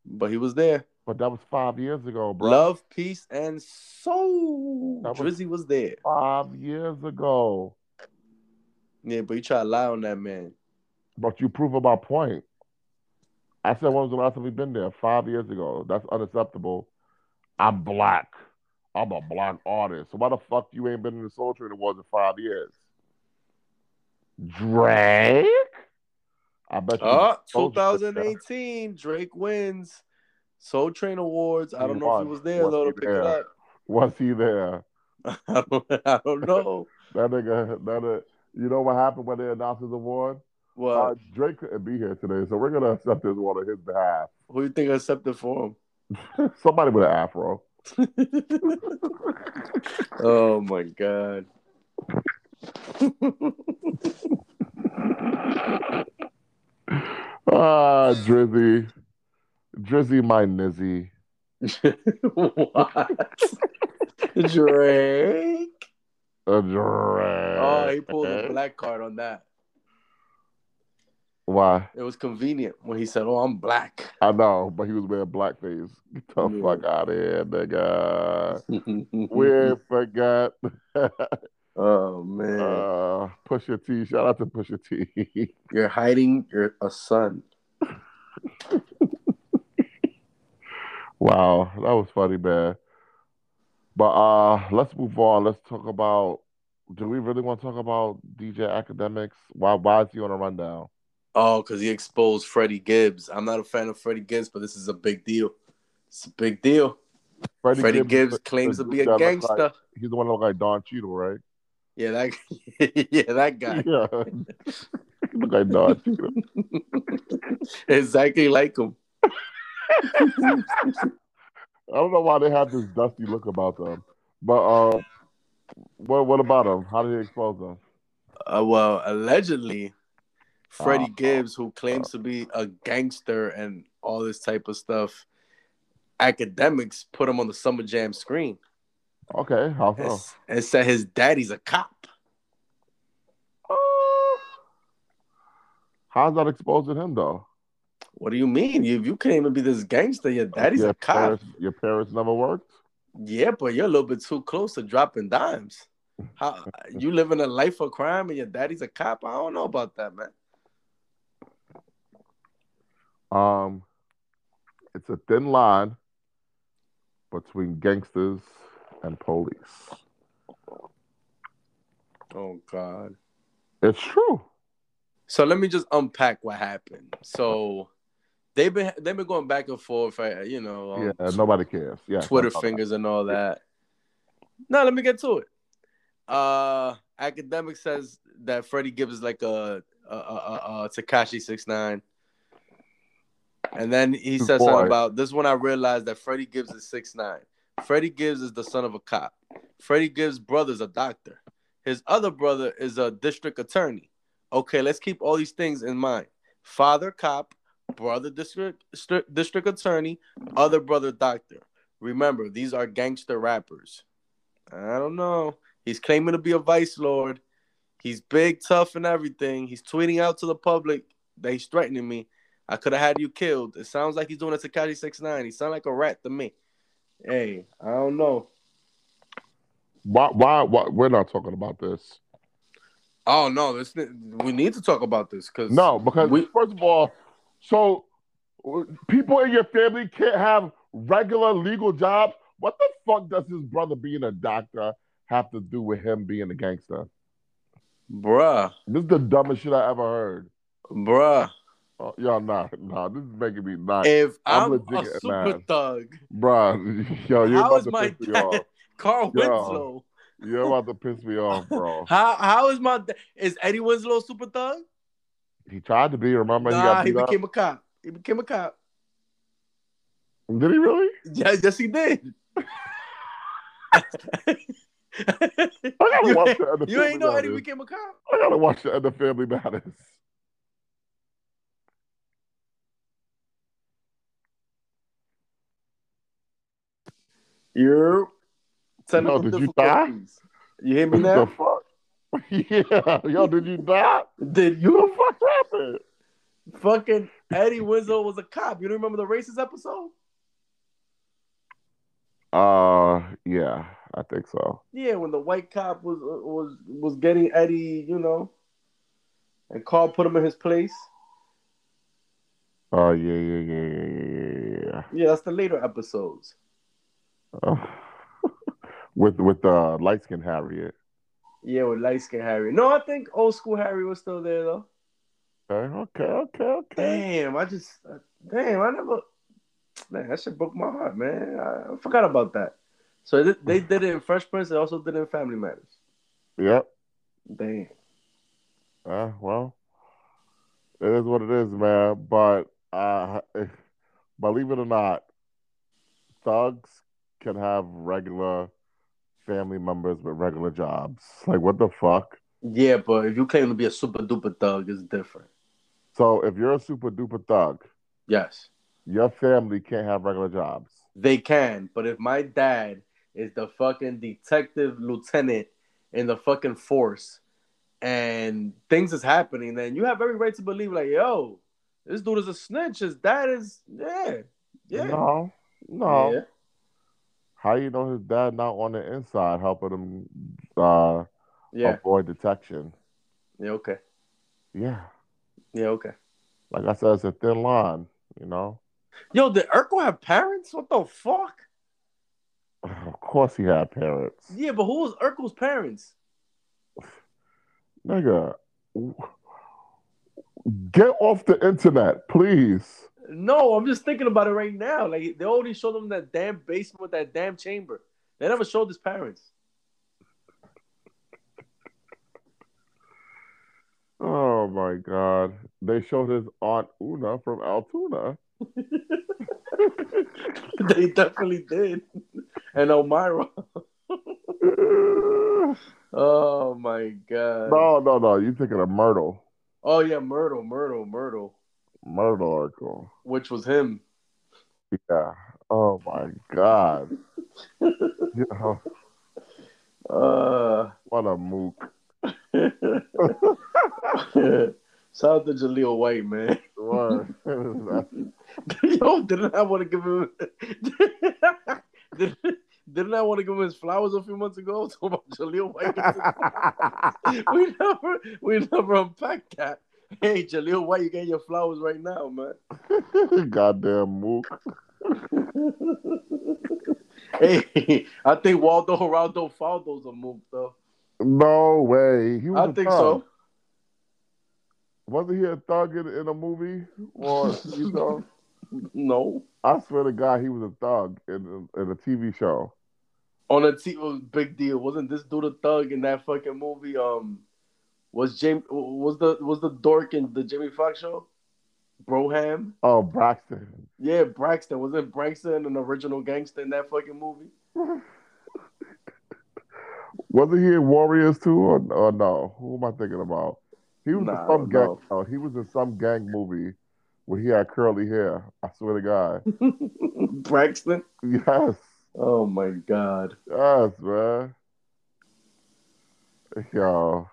B: but he was there.
C: But that was five years ago, bruh.
B: Love, peace, and soul.
C: That was-
B: Drizzy was there.
C: Five years ago.
B: Yeah, but you try to lie on that man.
C: But you prove my point. I said, when was the last time we been there? Five years ago. That's unacceptable. I'm black. I'm a black artist. So why the fuck you ain't been in the Soul Train Awards in five years? Drake? I bet you.
B: Uh,
C: Soul Train was there.
B: 2018, Drake wins Soul Train Awards. I don't
C: He
B: know if
C: won.
B: he was there
C: Was
B: though
C: he
B: to pick
C: there?
B: it up.
C: Was he there?
B: I don't, I don't know.
C: That nigga, that uh, you know what happened when they announced his award? Uh,
B: Well,
C: Drake couldn't be here today, so we're gonna accept his award on his behalf.
B: who you think accepted for
C: Somebody with an afro.
B: him? oh my god.
C: Ah, Drizzy, Drizzy, my nizzy.
B: what? Drake.
C: A Drake.
B: Oh, he pulled a black card on that.
C: Why?
B: It was convenient when he said, "Oh, I'm black."
C: I know, but he was wearing blackface. Get the
B: Yeah. Mm-hmm.
C: fuck out of here, nigga. We forgot.
B: oh man,
C: uh, push your T. Shout out to Push your T.
B: you're hiding your a son.
C: Wow, that was funny, man. But uh let's move on. Let's talk about do we really want to talk about DJ Academics? Why why is he on a rundown?
B: Oh, because he exposed Freddie Gibbs. I'm not a fan of Freddie Gibbs, but this is a big deal. It's a big deal. Freddie, Gibbs,
C: is the-
B: claims
C: the
B: to be
C: dude
B: a
C: that looks
B: gangster.
C: like- he's the one that look like Don Cheadle, right?
B: Yeah, that yeah, that guy.
C: Yeah. he look like Don Cheadle.
B: exactly like him.
C: I don't know why they have this dusty look about them. But uh What What about him? How did he expose him?
B: Uh, well, allegedly, Freddie
C: Uh,
B: Gibbs, who claims to be a gangster and all this type of stuff, academics put him on the Summer Jam screen
C: Okay, how so?
B: and, and said his daddy's a cop.
C: How's that exposing him though?
B: What do you mean? You, you can't even be this gangster. Your daddy's
C: your
B: a cop.
C: Parents, your parents never worked.
B: Yeah, but you're a little bit too close to dropping dimes. How you living a life of crime and your daddy's a cop? I don't know about that, man.
C: Um, it's a thin line between gangsters and police.
B: Oh God.
C: It's true.
B: So let me just unpack what happened. So they've been they've been going back and forth, uh, you know, on
C: yeah, nobody cares. Yeah,
B: Twitter
C: about
B: fingers and all that. No, let me get to it. Uh, academic says that Freddie Gibbs is like a, a, a, a, a uh, Takashi six nine, and then he says
C: Boy.
B: something about this. One I realized that Freddie Gibbs is six nine. Freddie Gibbs is the son of a cop. Freddie Gibbs' brother's a doctor. His other brother is a district attorney. Okay, let's keep all these things in mind. Father cop, brother district district- district attorney, other brother doctor. Remember, these are gangster rappers. I don't know. He's claiming to be a vice lord. He's big, tough, and everything. He's tweeting out to the public that he's threatening me. I could have had you killed. It sounds like he's doing a Takashi 69. He sounds like a rat to me. Hey, I don't know.
C: Why, why? Why? We're not talking about this.
B: Oh no, this we need to talk about this because
C: No, because
B: we-
C: first of all, so uh, people in your family can't have regular legal jobs. What the fuck does his brother being a doctor have to do with him being a gangster?
B: bruh,
C: This is the dumbest shit I ever heard.
B: bruh.
C: Oh, y'all, nah, nah, this is making me not,
B: If
C: I'm
B: I'm, a
C: legit,
B: super
C: man.
B: thug,
C: bruh. Yo, you're
B: how
C: about
B: is
C: to
B: my
C: piss me off.
B: dad Carl
C: Yo.
B: Winslow?
C: You're about to piss me off, bro.
B: How how is my da- is Eddie Winslow a super thug?
C: He tried to be. Remember,
B: nah,
C: he
B: he
C: got beat
B: became a cop. He became a cop.
C: up. Did he really?
B: Yeah, yes, he did.
C: I gotta
B: You
C: watch
B: ain't-
C: the other
B: you ain't
C: Family
B: know Eddie
C: Matters.
B: became a cop.
C: I gotta watch the other Family Matters.
B: You're
C: Yo, did you die?
B: You hear me
C: What the
B: now?
C: fuck? Yeah, yo, did you die?
B: Did
C: What
B: you
C: the fuck happened?
B: fucking Eddie Winslow was a cop? You don't remember the racist episode?
C: Uh, yeah, I think so.
B: Yeah, when the white cop was uh, was was getting Eddie, you know, and Carl put him in his place.
C: Oh yeah, yeah, yeah, yeah, yeah, yeah.
B: Yeah, that's the later episodes.
C: Uh, with with uh, light skin Harriet.
B: Yeah, with light skin Harry. No, I think old school Harry was still there though.
C: Okay, Uh, okay, okay, okay.
B: Damn, I just uh, damn, I never. Man, that shit broke my heart, man. I, I forgot about that. So th- they did it in Fresh Prince. They also did it in Family Matters.
C: Yep.
B: Damn.
C: Uh, well, it is what it is, man. But uh, believe it or not, thugs can have regular family members with regular jobs. Like, what the fuck?
B: Yeah, but if you claim to be a super duper thug, it's different.
C: So, if you're a super duper thug,
B: Yes,
C: your family can't have regular jobs.
B: they can. But if my dad is the fucking detective lieutenant in the fucking force, and things is happening, then you have every right to believe, like, yo, this dude is a snitch. His dad is, yeah, yeah,
C: No, no.
B: yeah.
C: How you know his dad not on the inside helping him uh,
B: yeah.
C: avoid detection?
B: Yeah, okay.
C: Yeah,
B: Yeah, okay.
C: like I said, it's a thin line, you know.
B: Yo, did Urkel have parents? What the fuck?
C: Of course, he had parents.
B: Yeah, but who was Urkel's parents?
C: Nigga, get off the internet, please.
B: No, I'm just thinking about it right now. Like they only showed him that damn basement, that damn chamber. They never showed his parents.
C: Oh my God. They showed his aunt Una from Altoona.
B: they definitely did. And Elmira. Oh my god.
C: No, no, no. You're thinking of Myrtle.
B: Oh yeah, Myrtle, Myrtle, Myrtle,
C: Myrtle article.
B: which was him.
C: Yeah. Oh my God. You know,
B: Uh
C: what a mook.
B: Shout out to Jaleel White, man.
C: Word. That's
B: Yo, didn't I want to give him? didn't, didn't I want to give him his flowers a few months ago? Talking about Jaleel White. we never, we never unpacked that. Hey, Jaleel White, you getting your flowers right now, man?
C: Goddamn mook.
B: Hey, I think Waldo Geraldo Faldo's a move though.
C: No way. He was
B: I
C: a
B: think
C: thug.
B: so.
C: Wasn't he a thug in, in a movie? Or you know,
B: No,
C: I swear to God, he was a thug in in a TV show.
B: on a T was big deal. Wasn't this dude a thug in that fucking movie? Um, was James was the was the dork in the Jimmy Fox show? Broham.
C: Oh, Braxton.
B: Yeah, Braxton. Wasn't Braxton an original gangster in that fucking movie?
C: Wasn't he in Warriors too, or, or no? Who am I thinking about? He was
B: Nah,
C: in
B: I
C: some
B: don't
C: gang.
B: know.
C: No, he was in some gang movie where he had curly hair. I swear to God.
B: Braxton?
C: yes,
B: Oh my god.
C: yes, man. Yo,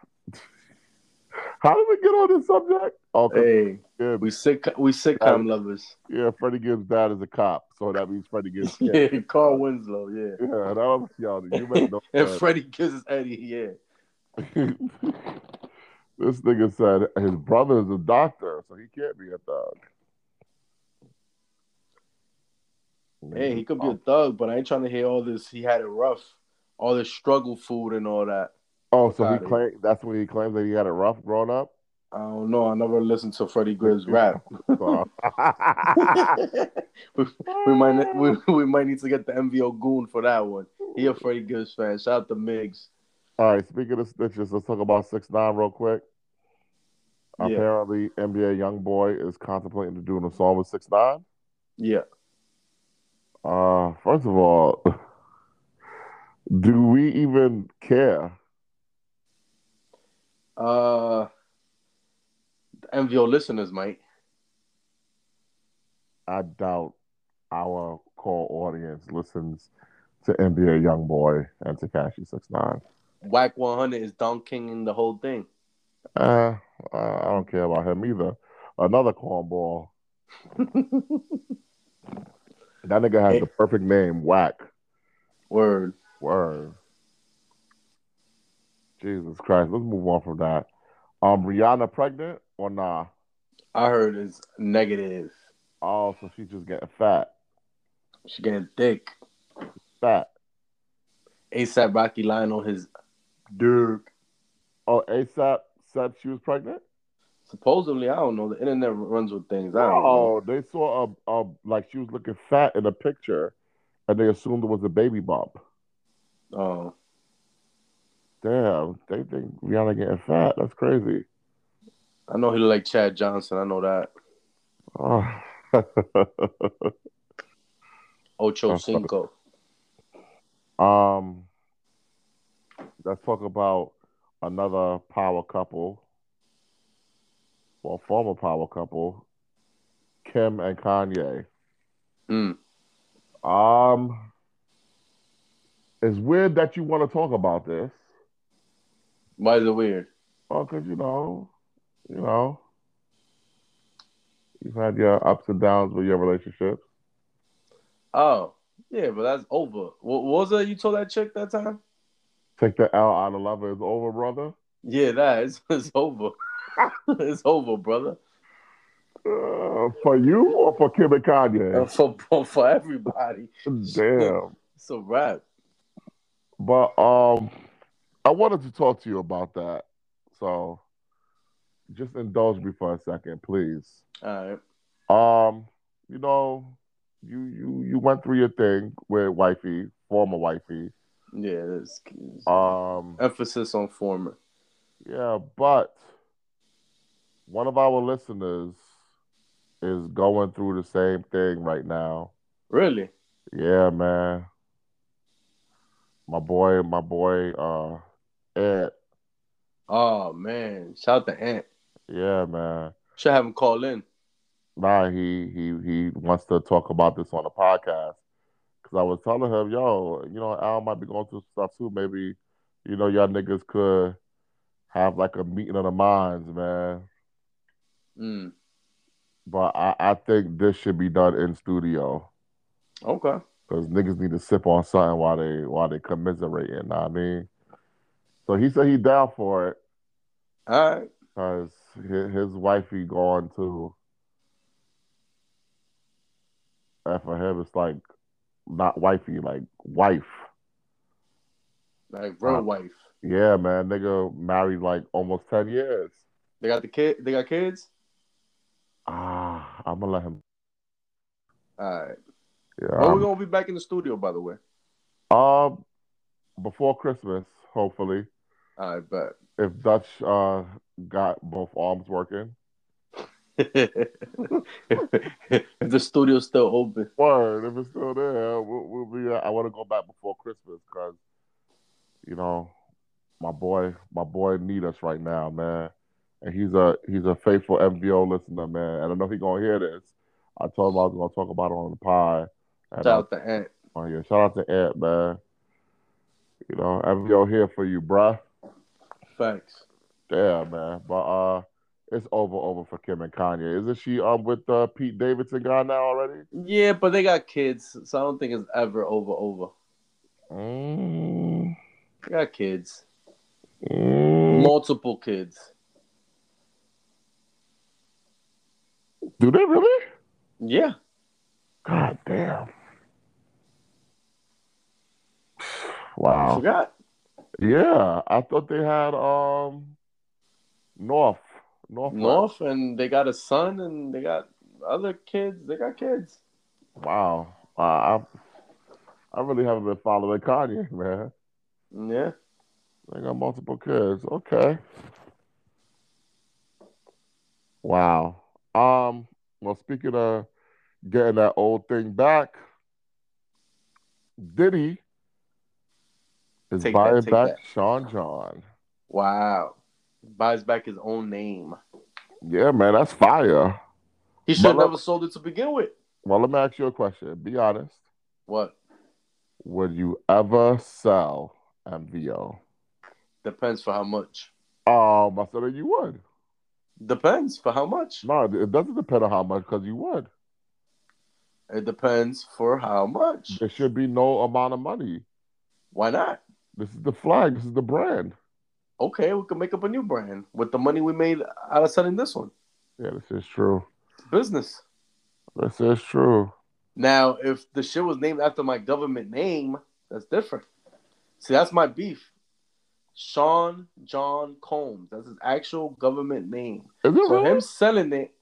C: how did we get on this subject? Oh, Okay,
B: Hey,
C: Gibbs.
B: we sick we sitcom lovers.
C: yeah, Freddie Gibbs' dad is a cop, so that means Freddie Gibbs. Yeah,
B: Yeah, Carl Winslow, yeah.
C: yeah that was, yo, you better know
B: And
C: that.
B: Freddie gives us Eddie, yeah.
C: this nigga said his brother is a doctor, so he can't be a thug.
B: Hey, he could be a thug, but I ain't trying to hear all this. He had it rough, all this struggle food and all that.
C: Oh, so he
B: Got it.
C: claimed that's when he claims that he had it rough growing up.
B: I don't know. I never listened to Freddie Gibbs rap.
C: So-
B: we, we might we, we might need to get the MVO goon for that one. He a Freddie Gibbs fan. Shout out to Migs.
C: All right, speaking of snitches, let's talk about six nine real quick.
B: Yeah.
C: Apparently, NBA young boy is contemplating to do an assault with six nine.
B: Yeah.
C: Uh, first of all, do we even care?
B: Uh, the MVO listeners might.
C: I doubt our core audience listens to NBA YoungBoy and Takashi Six Nine.
B: Whack 100 is Don King in the whole thing.
C: Uh, I I don't care about him either. Another cornball. That nigga has the perfect name, Whack.
B: Word.
C: Word. Jesus Christ. Let's move on from that. Um, Rihanna pregnant or nah?
B: I heard is negative.
C: Oh, so she's just getting fat.
B: She getting thick.
C: Fat.
B: ASAP Rocky lying on his derp.
C: Oh, ASAP said she was pregnant.
B: Supposedly, I don't know. The internet runs with things. I don't know.
C: Oh, they saw a, a like she was looking fat in a picture, and they assumed it was a baby bump.
B: Oh,
C: Damn, they think Rihanna getting fat. That's crazy.
B: I know he look like Chad Johnson. I know that.
C: Oh.
B: Ocho
C: That's funny.
B: Cinco.
C: um, let's talk about another power couple. Well, former power couple, Kim and Kanye.
B: Hmm.
C: Um, it's weird that you want to talk about this.
B: Why is it weird?
C: Well, 'cause you know, you know, you've had your ups and downs with your relationships.
B: Oh, yeah, but that's over. What, what was it you told that chick that time?
C: Take the L out of love is over, brother.
B: Yeah, that is it's over. it's over, brother.
C: Uh, for you or for Kim and
B: Uh,
C: Kanye?
B: For for everybody,
C: Damn.
B: it's a wrap.
C: But um, I wanted to talk to you about that. So just indulge me for a second, please.
B: All right.
C: Um, you know, you you you went through your thing with wifey, former wifey.
B: Yeah, that's
C: Um,
B: emphasis on former.
C: Yeah, but one of our listeners is going through the same thing right now.
B: Really?
C: Yeah, man. My boy, my boy, uh, Ant.
B: Oh man, shout out to Ant.
C: Yeah, man.
B: Should have him call in.
C: Nah, he he he wants to talk about this on the podcast because I was telling him, yo, you know, Al might be going through stuff too. Maybe, you know, y'all niggas could have like a meeting of the minds, man.
B: Mm.
C: But I, I think this should be done in studio
B: Okay.
C: because niggas need to sip on something while they while they commiserating. Know what I mean, so he said he down for it
B: All right.
C: because his, his wifey gone too, and for him it's like not wifey, like wife.
B: Like real
C: Uh,
B: wife.
C: Yeah, man, nigga married like almost ten years.
B: They got the kid. They got kids.
C: Ah, I'm gonna let him.
B: All right.
C: Yeah,
B: Well,
C: I'm-
B: we're gonna be back in the studio, by the way.
C: um, before Christmas, hopefully,
B: All right, but
C: if Dutch uh got both arms working.
B: if the studio's still open.
C: Word, if it's still there, we'll, we'll be. I want to go back before Christmas because, you know, my boy, my boy need us right now, man. And he's a he's a faithful MVO listener, man. And I know he gonna hear this. I told him I was gonna talk about it on the pod. And
B: Shout
C: I-
B: out to Ant.
C: Oh yeah, shout out to Ant, man. You know, MVO here for you, bruh.
B: Thanks.
C: Yeah, man. But uh it's over over for Kim and Kanye. Isn't she um with uh, Pete Davidson guy now already?
B: Yeah, but they got kids, so I don't think it's ever over. Over.
C: Mm,
B: They got kids,
C: mm.
B: multiple kids.
C: Do they really?
B: Yeah.
C: God damn.
B: I
C: Wow.
B: Forgot.
C: Yeah. I thought they had um North. North.
B: North, and they got a son, and they got other kids. They got kids.
C: Wow. Uh, I I really haven't been following Kanye, man.
B: Yeah.
C: They got multiple kids. Okay. Wow. Um. Well, speaking of getting that old thing back, Diddy is
B: Take that,
C: buying
B: take
C: back
B: that.
C: Sean John.
B: Wow. Buys back his own name.
C: Yeah, man, that's fire.
B: He should have
C: But-
B: never sold it to begin with.
C: Well, let me ask you a question. Be honest.
B: What?
C: Would you ever sell MVO?
B: Depends for how much.
C: Um, I said that you would.
B: Depends for how much.
C: No, it doesn't depend on how much, because you would.
B: It depends for how much.
C: There should be no amount of money.
B: Why not?
C: This is the flag. This is the brand.
B: Okay, we can make up a new brand with the money we made out of selling this one.
C: Yeah, this is true.
B: It's business.
C: This is true.
B: Now, if the shit was named after my government name, that's different. See, that's my beef. Sean John Combs. That's his actual government name.
C: Is it
B: So
C: really?
B: him selling it,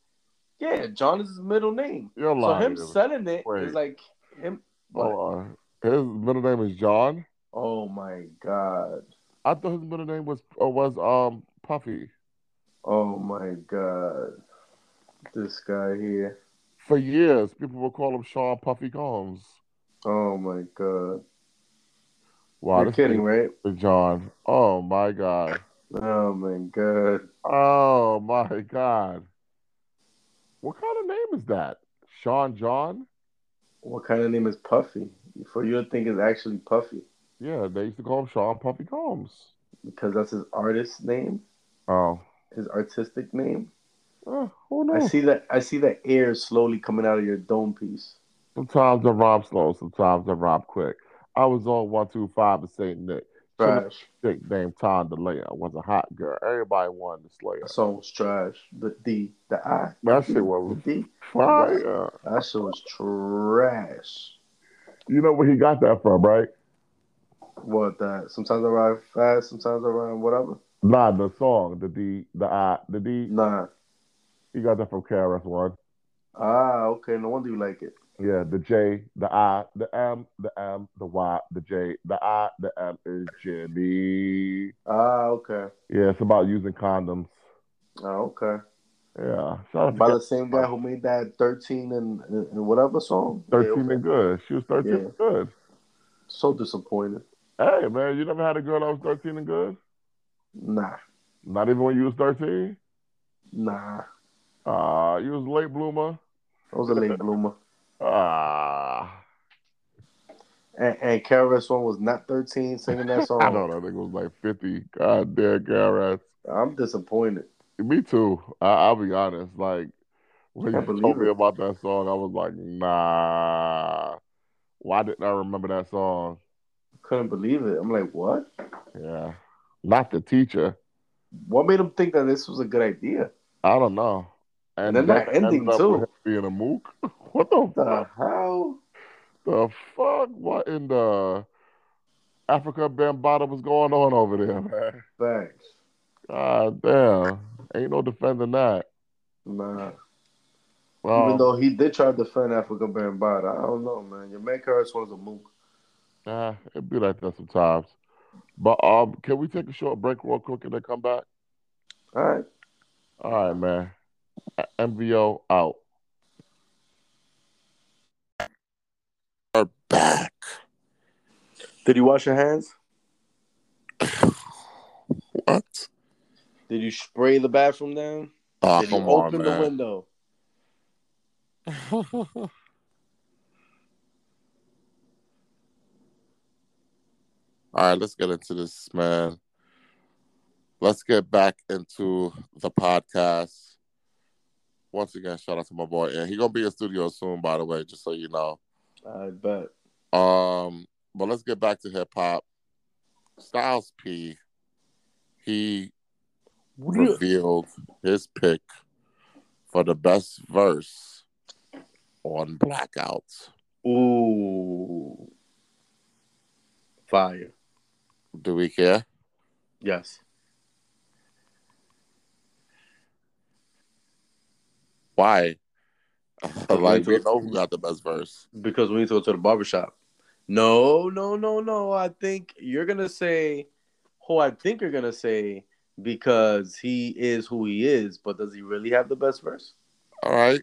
B: yeah, John is his middle name.
C: You're
B: So
C: lying.
B: him selling it
C: Wait.
B: is like him. What?
C: Hold on. His middle name is John.
B: Oh my god!
C: I thought his middle name was uh, was um Puffy.
B: Oh my god! This guy here.
C: For years, people would call him Sean Puffy Combs.
B: Oh my god!
C: Wow,
B: You're
C: this
B: kidding,
C: nigga
B: right?
C: is John. Oh my god.
B: Oh my god!
C: Oh my god. What kind of name is that? Sean John?
B: What kind of name is Puffy? For you to think is actually Puffy
C: Yeah, they used to call him Sean Puffy Combs.
B: because that's his artist name,
C: Oh,
B: his artistic name.
C: Eh, who
B: I
C: knows?
B: see that. I see that air slowly coming out of your dome piece.
C: Sometimes I rob slow, sometimes I rob quick. I was on 125 in St. Nick. Some
B: Trash.
C: chick named Tom DeLayer was a hot girl. Everybody wanted to slay her.
B: That song was trash. The D, the I,
C: That shit was
B: the D.
C: fire.
B: That shit was trash.
C: You know where he got that from, right?
B: What that? Sometimes I ride fast, sometimes I ride whatever.
C: Nah, the song, the D, the I, the D.
B: Nah.
C: He got that from KRS1.
B: Ah, okay. No wonder you like it.
C: Yeah, the J, the I, the M, the M, the Y, the J, the I, the M is Jimmy.
B: Ah, okay.
C: Yeah, it's about using condoms.
B: Ah, okay.
C: Yeah, shout out to
B: By the same guy who made that thirteen and, and, and whatever song. Yeah,
C: 13
B: okay.
C: and good. She was 13
B: Yeah.
C: and good.
B: So disappointed.
C: Hey, man, you never had a girl that was 13 and good?
B: Nah,
C: Not even when you was 13?
B: nah.
C: Uh, you was a late bloomer.
B: I was a late bloomer.
C: Ah,
B: And, and KRS One was not 13 singing that song.
C: I don't know. I think it was like 50. God damn, Garrett.
B: I'm disappointed.
C: Me too. I, I'll be honest. Like when
B: I
C: you
B: believe
C: told me
B: it.
C: about that song, I was like, nah. Why didn't I remember that song?
B: Couldn't believe it. I'm like, what?
C: Yeah, not the teacher.
B: What made him think that this was a good idea?
C: I don't know.
B: And then that ending,
C: ended up
B: too.
C: with him Being a mook. What the
B: The
C: fuck?
B: hell?
C: The fuck? What in the Africa Bambata was going on over there, man?
B: Thanks.
C: God damn. Ain't no defending that.
B: Nah.
C: Um,
B: Even though he did try to defend Africa Bambaataa, I don't know, man. Your man KRS One is a mook.
C: Nah, it be like that sometimes. But um, can we take a short break real quick and then come back?
B: All right.
C: All right, man. A- MVO out. Are back.
B: Did you wash your hands?
C: What?
B: Did you spray the bathroom down?
C: Oh,
B: Did you open the window?
C: window. All right, let's get into this, man. Let's get back into the podcast. Once again, shout out to my boy. And he's gonna be in studio soon, by the way, just so you know.
B: I bet.
C: Um, but let's get back to hip hop. Styles P, he revealed his pick for the best verse on Blackout.
B: Ooh. Fire.
C: Do we care?
B: Yes.
C: Why? like we
B: talking-
C: know who got the best verse.
B: Because we need to go to the barbershop. No, no, no, no. I think you're going to say who I think you're going to say because he is who he is, but does he really have the best verse?
C: All right.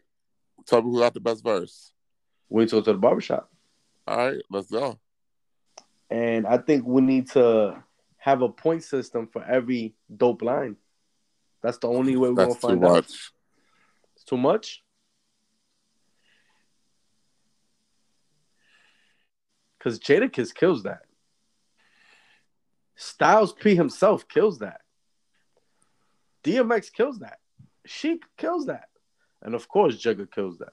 C: Tell me who got the best verse.
B: We need to go to the barbershop.
C: All right, let's go.
B: And I think we need to have a point system for every dope line. That's the only way we're going to
C: That's too
B: find out.
C: much.
B: It's too much. Cause Jadakiss kills that. Styles P himself kills that. DMX kills that. Sheik kills that. And of course Jugga kills that.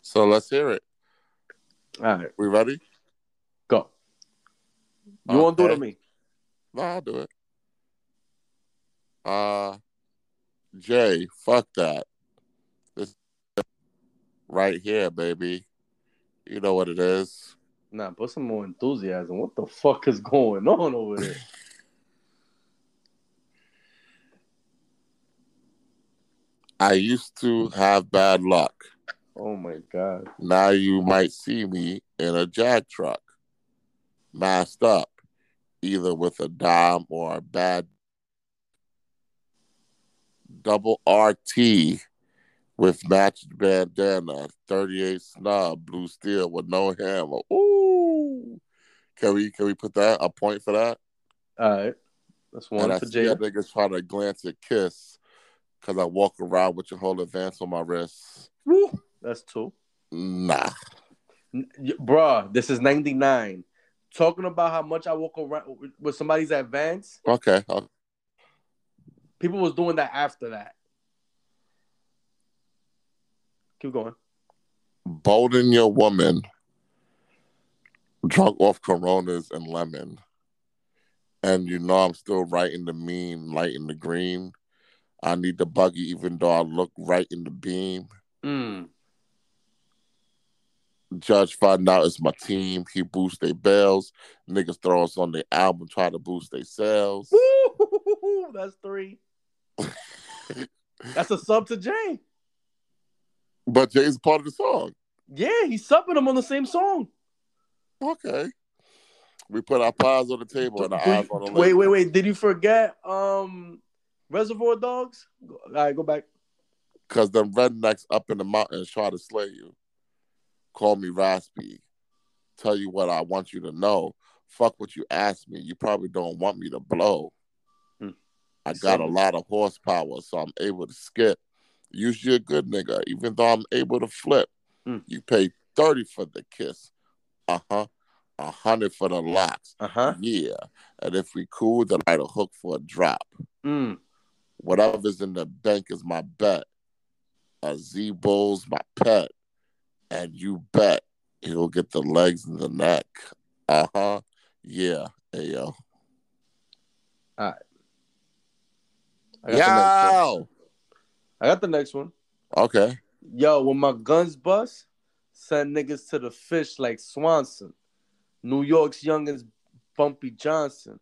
C: So let's hear it.
B: All right,
C: We ready?
B: go. You won't do it to
C: Okay.
B: me.
C: No, I'll do it. Uh Jay, fuck that. This right here, baby. You know what it is.
B: Nah, put some more enthusiasm. What the fuck is going on over there?
C: I used to have bad luck.
B: Oh my god.
C: Now you might see me in a jag truck, masked up, either with a dime or a bad double RT with matched bandana, 38 snub, blue steel with no hammer. Ooh. Can we can we put that a point for that?
B: All right. That's one
C: and I
B: for
C: see
B: Jada.
C: a nigga trying to glance at Kiss because I walk around with your whole advance on my wrist. Woo.
B: That's two.
C: Nah.
B: N- y- Bruh, this is 99. Talking about how much I walk around with- with somebody's advance,
C: Okay. I'll-
B: people was doing that after that. Keep going.
C: Bolding your woman, drunk off Coronas and lemon. And you know I'm still right in the mean, light in the green. I need the buggy even though I look right in the beam.
B: Mm.
C: Judge find out it's my team. He boosts their bells. Niggas throw us on their album, try to boost their sales.
B: Woo! That's three. That's a sub to Jay.
C: But Jay's part of the song.
B: Yeah, he's subbing him on the same song.
C: Okay. We put our pies on the table and our
B: Do you-
C: eyes on the
B: wait,
C: label.
B: wait, wait. Did you forget um Reservoir Dogs? Go- All right, go back.
C: Cause them rednecks up in the mountains try to slay you. Call me Raspy. Tell you what I want you to know. fuck what you asked me. You probably don't want me to blow.
B: Hmm.
C: I got a lot of horsepower, so I'm able to skip. Usually a good nigga, even though I'm able to flip.
B: Hmm.
C: You pay 30 for the kiss. Uh-huh. A hundred for the locks.
B: Uh huh.
C: Yeah. And if we cool, then I'd hook for a drop.
B: Mm.
C: Whatever's in the bank is my bet. A Z Bull's my pet. And you bet he'll get the legs and the neck. Uh huh. Yeah. Ayo.
B: I got the next one.
C: Yo.
B: I got the next one.
C: Okay.
B: Yo, when my guns bust, send niggas to the fish like Swanson. New York's youngest Bumpy Johnson.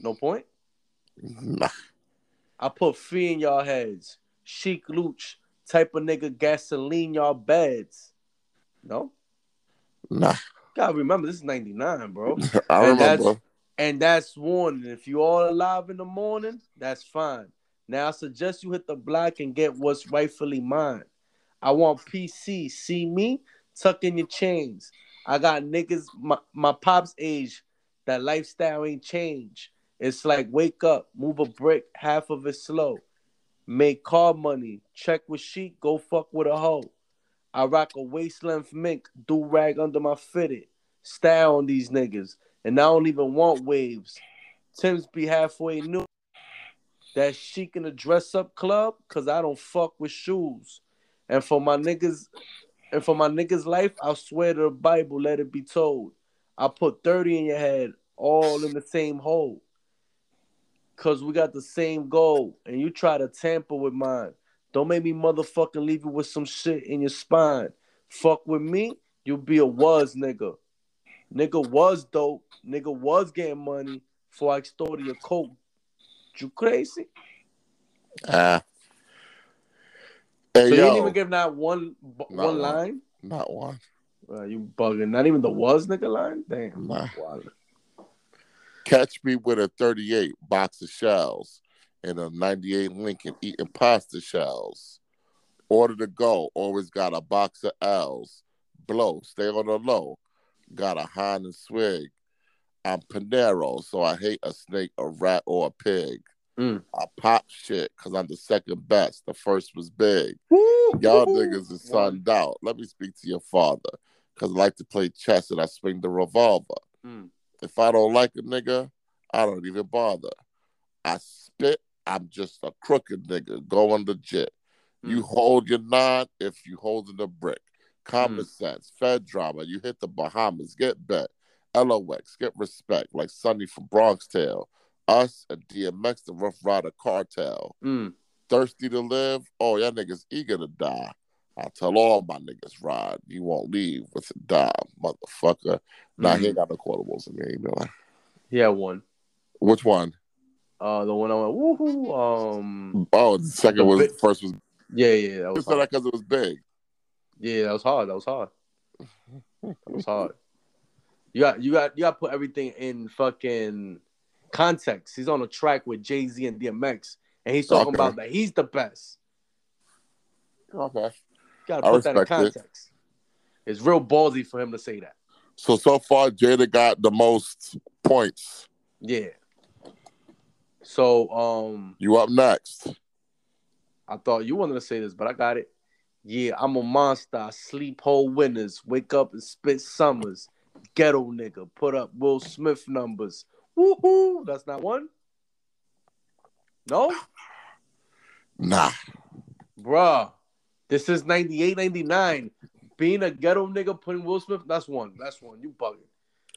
B: No point.
C: Nah.
B: I put fear in y'all heads. Chic Looch, type of nigga gasoline y'all beds. No?
C: Nah.
B: Gotta remember, this is 99, bro.
C: I
B: And that's-
C: remember.
B: And that's warning. If you all alive in the morning, that's fine. Now I suggest you hit the block and get what's rightfully mine. I want PC. See me? Tuck in your chains. I got niggas my, my pop's age. That lifestyle ain't change. It's like wake up, move a brick, half of it slow. Make car money, check with sheet, go fuck with a hoe. I rock a waist length mink, do rag under my fitted. Style on these niggas and I don't even want waves. Tim's be halfway new. That chic in the dress up club, cause I don't fuck with shoes. And for my niggas, and for my niggas' life, I swear to the Bible, let it be told. I put 30 in your head, all in the same hole. Cause we got the same goal, and you try to tamper with mine. Don't make me motherfucking leave you with some shit in your spine. Fuck with me, you'll be a was nigga. Nigga was dope. Nigga was getting money for I extorted your coat. You crazy?
C: Ah. Hey,
B: so you
C: yo.
B: didn't even give not one bu- one
C: Not one.
B: line.
C: Not one.
B: Uh, you bugging? Not even the was nigga line. Damn.
C: Nah.
B: Wild.
C: Catch me with a 38 box of shells and a 98 Lincoln eating pasta shells. Order to go, always got a box of L's. Blow, stay on the low. Got a hind and swig. I'm Panero, so I hate a snake, a rat, or a pig.
B: Mm.
C: I pop shit because I'm the second best. The first was big. Y'all niggas is sunned out. Let me speak to your father because I like to play chess and I swing the revolver.
B: Mm.
C: If I don't like a nigga, I don't even bother. I spit, I'm just a crooked nigga going legit. You
B: Mm.
C: hold your nine if you holding a brick.
B: Mm.
C: Common sense, Fed drama, you hit the Bahamas, get bet. LOX, get respect, like Sonny from Bronx Tale. Us and DMX, the Rough Rider cartel
B: Mm.
C: thirsty to live. Oh, y'all niggas eager to die. I tell all my niggas ride. You won't leave with a dime, motherfucker. Nah, he
B: Mm-hmm.
C: ain't got no quotables in there. You know.
B: He had one.
C: Which one?
B: Uh, the one I went woohoo. Um,
C: Oh, the second was first was
B: yeah, yeah, that was
C: just said
B: hard.
C: that because it was big.
B: yeah, that was hard. That was hard. That was hard. You got you got you got to put everything in fucking context. He's on a track with Jay Z and DMX, and he's talking
C: Okay.
B: about that he's the best.
C: Okay.
B: You
C: I
B: gotta put that in
C: respect it.
B: context. It's real ballsy for him to say that.
C: So so far, Jada got the most points.
B: Yeah. So um,
C: You up next?
B: I thought you wanted to say this, but I got it. Yeah, I'm a monster. I sleep whole winters, wake up and spit summers. Ghetto nigga, put up Will Smith numbers. Woohoo! That's not one. No.
C: Nah.
B: Bruh, this is 98, 99. Being a ghetto nigga, putting Will Smith, that's one. That's one. You bugging.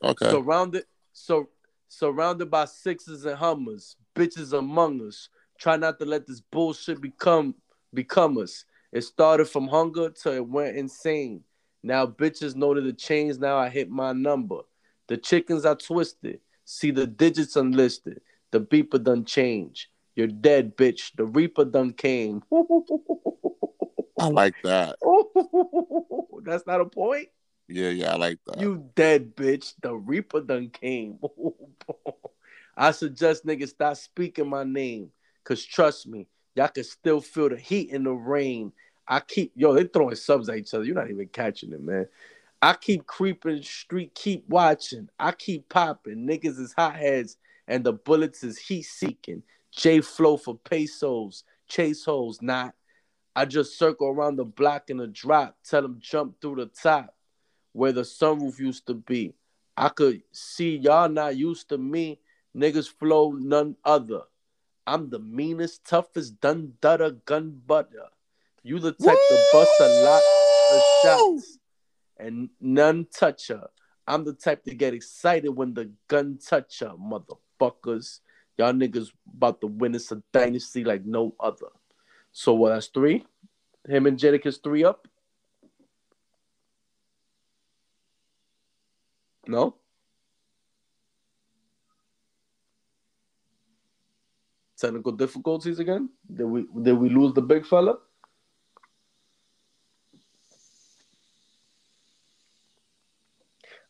C: Okay.
B: Surrounded, so surrounded by sixes and hummers, bitches among us. Try not to let this bullshit become become us. It started from hunger till it went insane. Now bitches know to the chains. Now I hit my number. The chickens are twisted. See the digits unlisted. The beeper done change. You're dead, bitch. The reaper done came.
C: I like that.
B: That's not a point.
C: Yeah, yeah, I like that.
B: You dead bitch. The Reaper done came. Oh, I suggest niggas stop speaking my name. Cause trust me, y'all can still feel the heat in the rain. I keep yo, they throwing subs at each other. You're not even catching it, man. I keep creeping street, keep watching. I keep popping. Niggas is hotheads and the bullets is heat seeking. J flow for pesos, chase hoes, not. I just circle around the block in a drop, tell them jump through the top where the sunroof used to be. I could see y'all not used to me. Niggas flow none other. I'm the meanest, toughest, dun dutter, gun butter. You the type to bust a lot of shots and none touch her. I'm the type to get excited when the gun touch her, motherfuckers. Y'all niggas about to witness a dynasty like no other. So what? That's three. Him and Jadakiss three up. No. Technical difficulties again. Did we did we lose the big fella?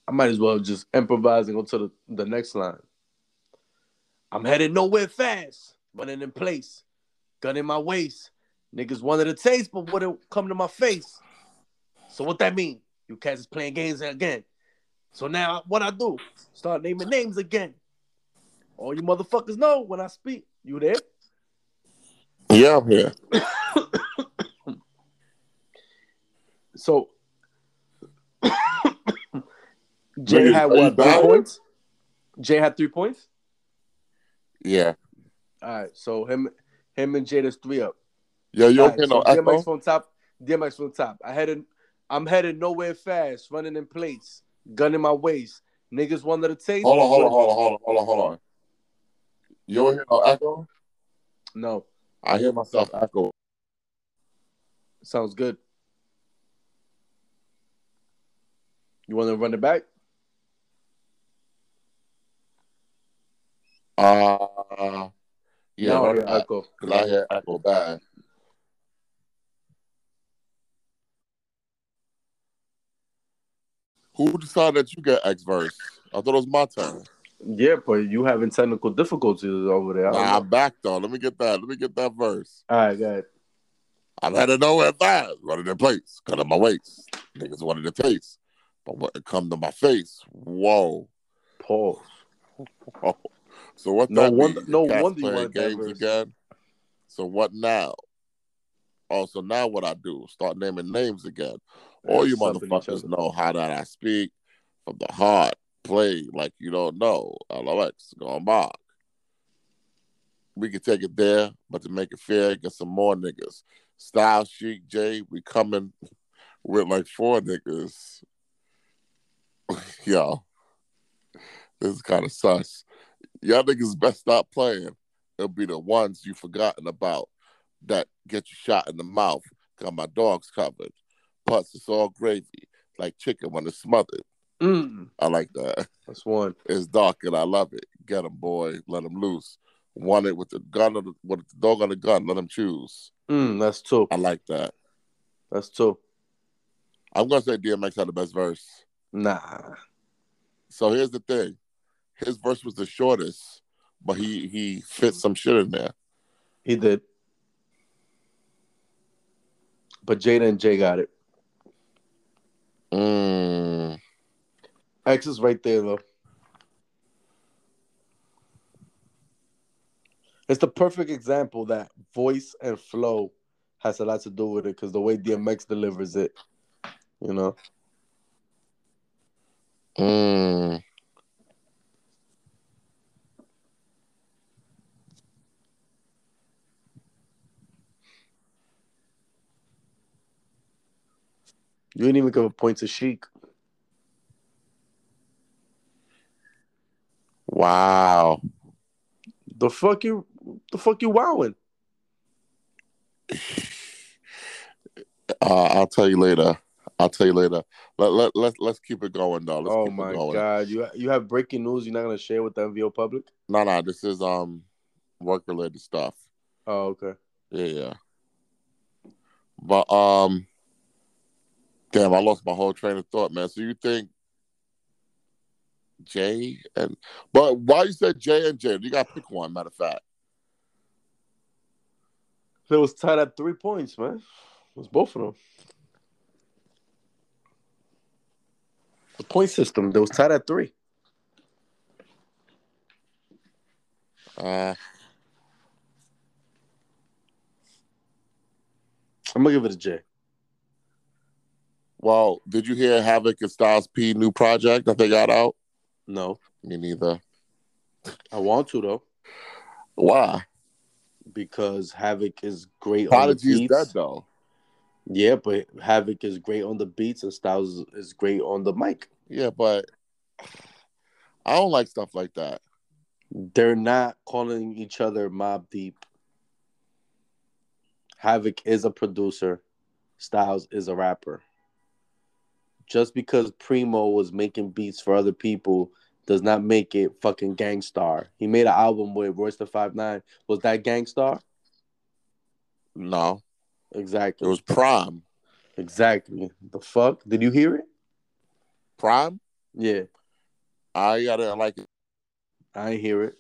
B: I might as well just improvise and go to the, the next line. I'm headed nowhere fast, running in place, gun in my waist. Niggas wanted a taste, but wouldn't come to my face. So what that mean? You cats is playing games again. So now what I do? Start naming names again. All you motherfuckers know when I speak. You there?
C: Yeah, I'm here.
B: So Jay
C: Nigga,
B: had
C: are you
B: what three
C: dying?
B: points? Jay had three points.
C: Yeah.
B: All right, so him, him and Jada's three up.
C: Yo, you
B: All
C: okay?
B: right, so
C: no echo?
B: DMX from top, DMX from top. I headed, I'm headed nowhere fast, running in place, gun in my waist. Niggas wanted to taste.
C: Hold on, hold on,
B: but
C: hold on, hold on, hold on, hold on. You don't hear no echo?
B: No,
C: I hear myself echo.
B: sounds good. You want to run it back?
C: Uh, yeah,
B: now I
C: no,
B: hear echo.
C: because I hear echo bad. Who decided that you get X verse? I thought it was my turn.
B: Yeah, but you having technical difficulties over there. I don't
C: Nah,
B: know.
C: I'm back though. Let me get that. Let me get that verse.
B: All right, guys.
C: I've had to know at fast, running in place, cut up my waist. Niggas wanted to taste, but wouldn't come to my face. Whoa.
B: Pause.
C: So what?
B: No
C: that
B: wonder-
C: mean?
B: no
C: Cats
B: wonder you
C: playing
B: wanted that
C: games
B: verse.
C: again. So what now? Oh, so now what I do? Start naming names again. All you
B: Something each
C: motherfuckers
B: other.
C: know how that I speak from the heart. Play like you don't know. LOX, going by. We can take it there, but to make it fair, get some more niggas. Style Chic J, we coming with like four niggas. Yo, this is kind of sus. Y'all niggas best stop playing. It'll be the ones you forgotten about that get you shot in the mouth. Got my dogs covered. Plus, it's all gravy, like chicken when it's smothered.
B: Mm,
C: I like that.
B: that's one.
C: It's dark and I love it. Get 'em, boy. Let 'em loose. Want it with the gun or the, with the dog on the gun. Let 'em choose.
B: Mm, that's two.
C: I like that.
B: That's two.
C: I'm gonna say DMX had the best verse.
B: Nah.
C: So here's the thing. His verse was the shortest, but he he fit some shit in there.
B: He did. But Jada and Jay got it.
C: Mm.
B: X is right there though. It's the perfect example that voice and flow has a lot to do with it because the way DMX delivers it, you know.
C: Mm.
B: You didn't even give a point to Sheik.
C: Wow.
B: The fuck you, the fuck you wowing?
C: Uh, I'll tell you later. I'll tell you later. Let let let let's keep it going though. Let's
B: Oh
C: keep it
B: my
C: going.
B: god, you you have breaking news. You're not gonna share with the MVO public.
C: No, no, this is um work related stuff.
B: Oh okay.
C: Yeah, yeah. But um, damn, I lost my whole train of thought, man. So you think Jay and but why you said Jay and Jay? You got to pick one. Matter of fact,
B: It was tied at three points, man. It was both of them. The point system. They was tied at three.
C: Uh,
B: I'm gonna give it a J.
C: well, did you hear Havoc and Styles P new project that they got out?
B: No,
C: Me neither.
B: I want to though
C: Why?
B: because Havoc is great. on the
C: Prodigy's
B: beats.
C: dead though.
B: Yeah, but Havoc is great on the beats and Styles is great on the mic.
C: Yeah, but I don't like stuff like that.
B: They're not calling each other Mob Deep. Havoc is a producer, Styles is a rapper. Just because Primo was making beats for other people does not make it fucking Gangstar. He made an album with Royce the Five Nine. Was that Gangstar?
C: No, it
B: Exactly.
C: was Prime.
B: exactly. The fuck? Did you hear it?
C: Prime.
B: Yeah,
C: I gotta like it.
B: I ain't hear it.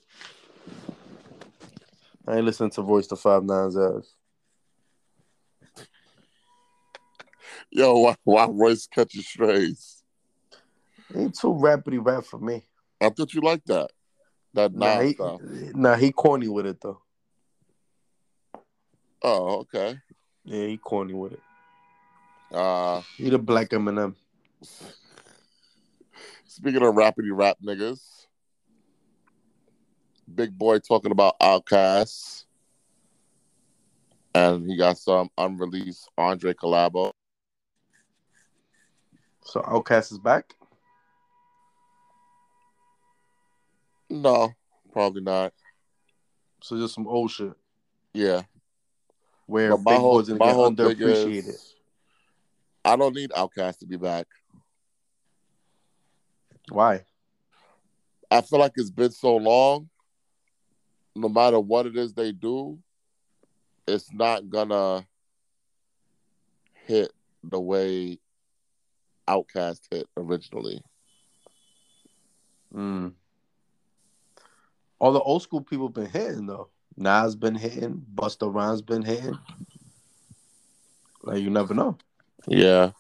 B: I ain't listen to Royce the Five Nine's ass.
C: Yo, why, why Royce catches strays?
B: He too rapidy rap for me.
C: I thought you liked that. That
B: Nah,
C: nah
B: he,
C: stuff.
B: nah, he corny with it though.
C: Oh, okay.
B: Yeah, he corny with it.
C: Uh,
B: He the black Eminem.
C: speaking of rapidy rap niggas, Big Boy talking about Outkast, and he got some unreleased Andre collabo.
B: So Outcast is back.
C: No, probably not.
B: So just some old shit
C: Yeah,
B: where
C: But my
B: Big
C: whole-
B: Boy's gonna
C: my
B: get
C: whole thing
B: underappreciated.
C: is, I don't need Outkast to be back.
B: Why?
C: I feel like it's been so long. No matter what it is they do, it's not gonna hit the way Outkast hit originally.
B: Mm. All the old school people been hitting though. Nas been hitting. Busta Rhymes been hitting. Like you never know.
C: Yeah,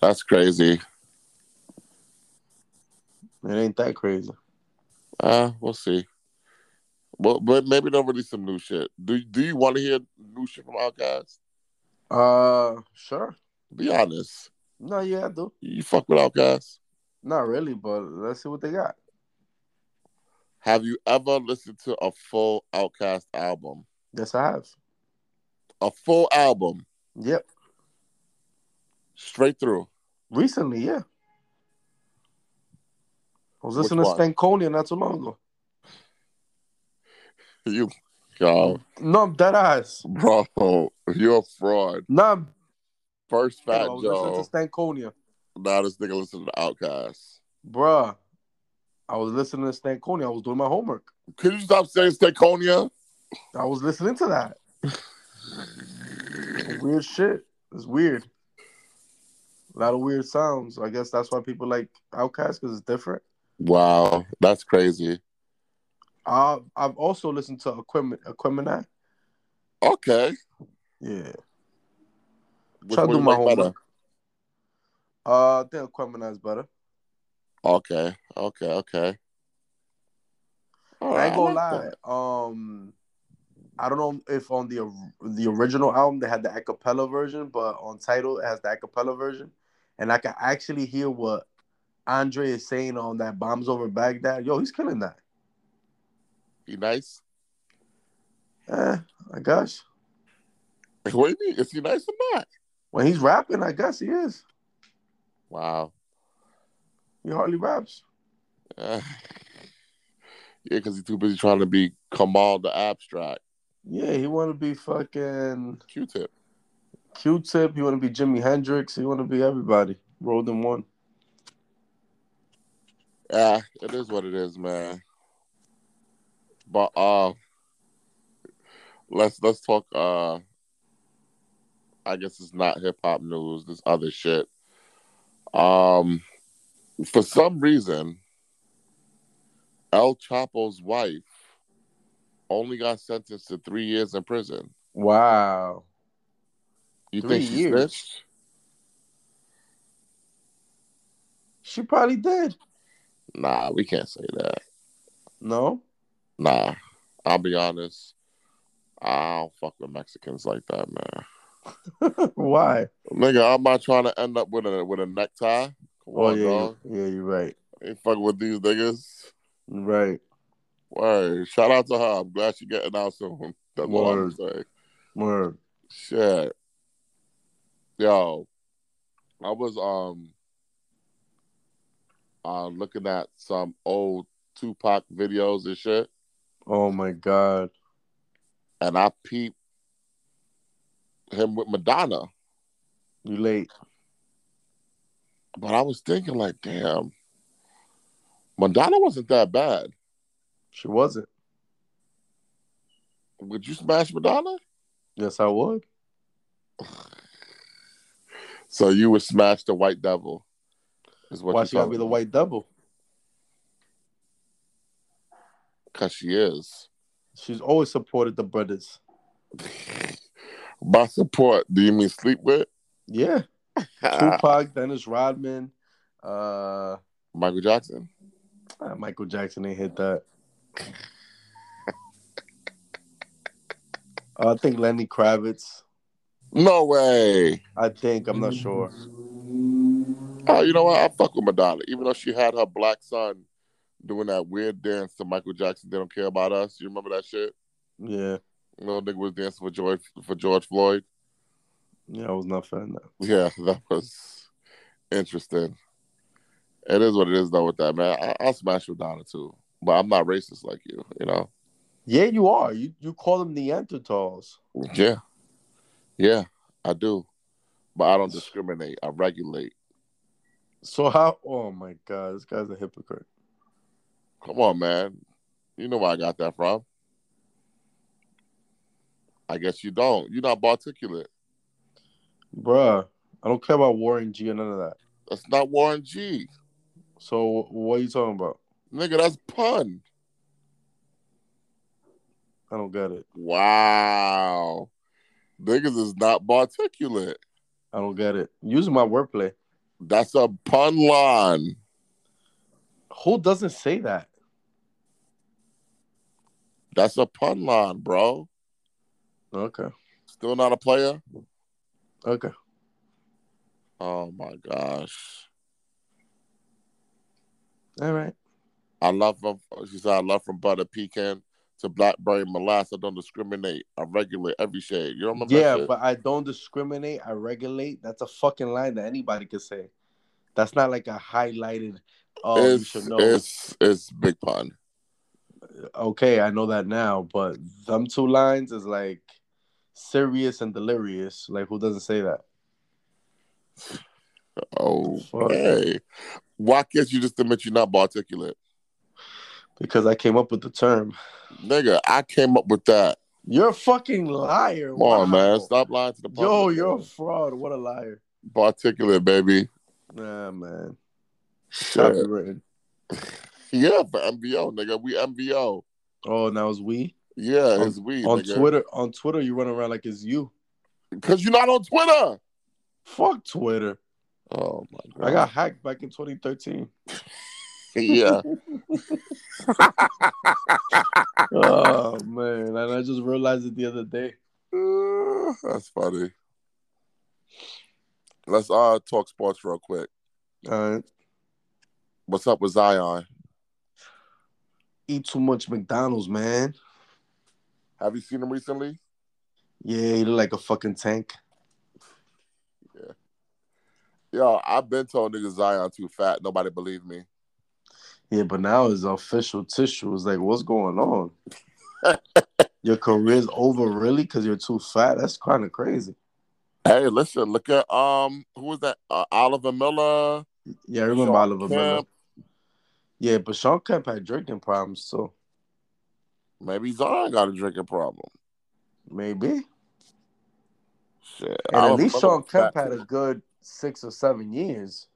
C: that's crazy.
B: It ain't that crazy.
C: Uh, we'll see. But, but maybe they'll release some new shit. Do Do you want to hear new shit from Outkast?
B: Uh, sure.
C: Be honest.
B: No, yeah, I do.
C: You fuck with Outkast.
B: Not really, but let's see what they got.
C: Have you ever listened to a full Outkast album?
B: Yes, I have.
C: A full album,
B: Yep.
C: straight through.
B: Recently, yeah. I was
C: Which
B: listening to
C: one?
B: Stankonia not too long ago.
C: You, yo.
B: No, I'm dead ass.
C: Bro, you're a fraud.
B: No, I'm
C: First
B: I
C: Fat
B: was
C: Joe.
B: listening to Stankonia.
C: Now this nigga listen to Outkast.
B: Bruh, I was listening to Stankonia. I was doing my homework.
C: Could you stop saying Stekonia?
B: I was listening to that. weird shit. It's weird. A lot of weird sounds. I guess that's why people like Outkast because it's different.
C: Wow, that's crazy.
B: Uh, I've also listened to Equipment Equimini.
C: Okay.
B: Yeah.
C: Which
B: Try to
C: one
B: do
C: you
B: my
C: like better?
B: homework. Uh, I think Equimini is better.
C: Okay, okay, okay. All
B: I ain't gonna
C: like
B: lie.
C: that.
B: Um, I don't know if on the the original album they had the acapella version, but on title it has the acapella version, and I can actually hear what Andre is saying on that "Bombs Over Baghdad." Yo, he's killing that.
C: He nice?
B: Eh, I guess
C: What do you mean? Is he nice or not?
B: when he's rapping, I guess he is.
C: Wow.
B: He hardly raps.
C: yeah, because he's too busy trying to be Kamal the abstract.
B: Yeah, he want to be fucking
C: Q tip.
B: Q-Tip. He want to be Jimi Hendrix. He want to be everybody rolled in one.
C: Yeah, it is what it is, man. But uh let's let's talk uh I guess it's not hip hop news, this other shit. Um for some reason El Chapo's wife only got sentenced to three years in prison.
B: Wow.
C: You
B: Three
C: think she
B: years?
C: snitched?
B: She probably did.
C: Nah, we can't say that.
B: No,
C: Nah, I'll be honest. I don't fuck with Mexicans like that, man.
B: why?
C: Nigga, I'm not trying to end up with a with a necktie. Come
B: Oh
C: on,
B: yeah,
C: dog.
B: you- yeah, you're right.
C: Ain't fucking with these niggas.
B: You're Right.
C: Word. Shout out to her. I'm glad she getting out soon. That's what I'm
B: Word.
C: saying.
B: Word.
C: Shit. Yo, I was um uh looking at some old Tupac videos and shit,
B: Oh my God.
C: and I peeped him with Madonna.
B: You late.
C: But I was thinking like, damn, Madonna wasn't that bad.
B: She wasn't.
C: Would you smash Madonna?
B: Yes, I would.
C: So you would smash the white devil. Is what
B: Why
C: you
B: she gotta be the white double?
C: Because she is.
B: She's always supported the brothers.
C: By support, do you mean sleep with?
B: Yeah.
C: Ah.
B: Tupac, Dennis Rodman, uh,
C: Michael Jackson.
B: ah, Michael Jackson ain't hit that. Uh, I think Lenny Kravitz.
C: No way.
B: I think I'm not
C: Mm-hmm.
B: sure.
C: Oh, you know what? I fuck with Madonna, even though she had her black son doing that weird dance to Michael Jackson. They don't care about us. You remember that shit?
B: Yeah,
C: Little nigga was dancing for George for George Floyd.
B: yeah, I was not a fan of that.
C: Yeah, that was interesting. It is what it is, though. With that man, I, I'll smash Madonna too, but I'm not racist like you. You know?
B: Yeah, you are. You you call them Neanderthals.
C: Yeah, yeah, I do, but I don't discriminate. I regulate.
B: So how? Oh my God, this guy's a hypocrite.
C: Come on, man. You know where I got that from. I guess you don't. You're not particulate.
B: Bruh, I don't care about Warren G or none of that.
C: That's not Warren G.
B: So what are you talking about?
C: Nigga, that's pun.
B: I don't get it.
C: Wow. Niggas is not particulate.
B: I don't get it. Using my wordplay.
C: That's a pun line.
B: Who doesn't say that?
C: That's a pun line, bro.
B: Okay.
C: Still not a player?
B: Okay.
C: Oh my gosh.
B: All right.
C: I love from she said I love from butter pecan to blackberry molasses. I don't discriminate. I regulate every shade. You remember that
B: Yeah,
C: shit?
B: but I don't discriminate. I regulate. That's a fucking line that anybody could say. That's not like a highlighted. Oh, you
C: it's,
B: should know.
C: it's it's big pun.
B: okay, I know that now, but them two lines is like serious and delirious. Like who doesn't say that?
C: Okay. Why can't you just admit you're not particulate?
B: Because I came up with the term.
C: Nigga, I came up with that.
B: You're a fucking liar.
C: Come on,
B: Wow.
C: man. Stop lying to the public.
B: Yo, you're a fraud. What a liar.
C: particulate, baby.
B: Nah, man.
C: Shit.
B: Copyrighted.
C: Yeah, for MBO, nigga. We MBO.
B: Oh, now it's we
C: Yeah,
B: On-
C: it's we,
B: on
C: nigga.
B: Twitter. On Twitter, you run around like it's you.
C: Because you're not on Twitter.
B: Fuck Twitter.
C: Oh, my God.
B: I got hacked back in 2013.
C: yeah. Ah.
B: oh man, and I just realized it the other day.
C: Uh, That's funny. Let's uh talk sports real quick.
B: All right.
C: What's up with Zion?
B: Eat too much McDonald's, man.
C: Have you seen him recently?
B: Yeah, he look like a fucking tank.
C: Yo, I've been told nigga Zion too fat. Nobody believed me.
B: Yeah, but now his official tissue is like, what's going on? Your career's over, really? Because you're too fat? That's kind of crazy.
C: Hey, listen, look at um who was that? Uh, Oliver Miller.
B: Yeah, I remember
C: Sean
B: Oliver Miller.
C: Kemp.
B: Yeah, but Sean Kemp had drinking problems too.
C: Maybe Zion got a drinking problem.
B: Maybe. And
C: Shit.
B: at
C: Oliver
B: least
C: Miller
B: Sean
C: was
B: Kemp
C: fat,
B: had
C: too.
B: a good six or seven years.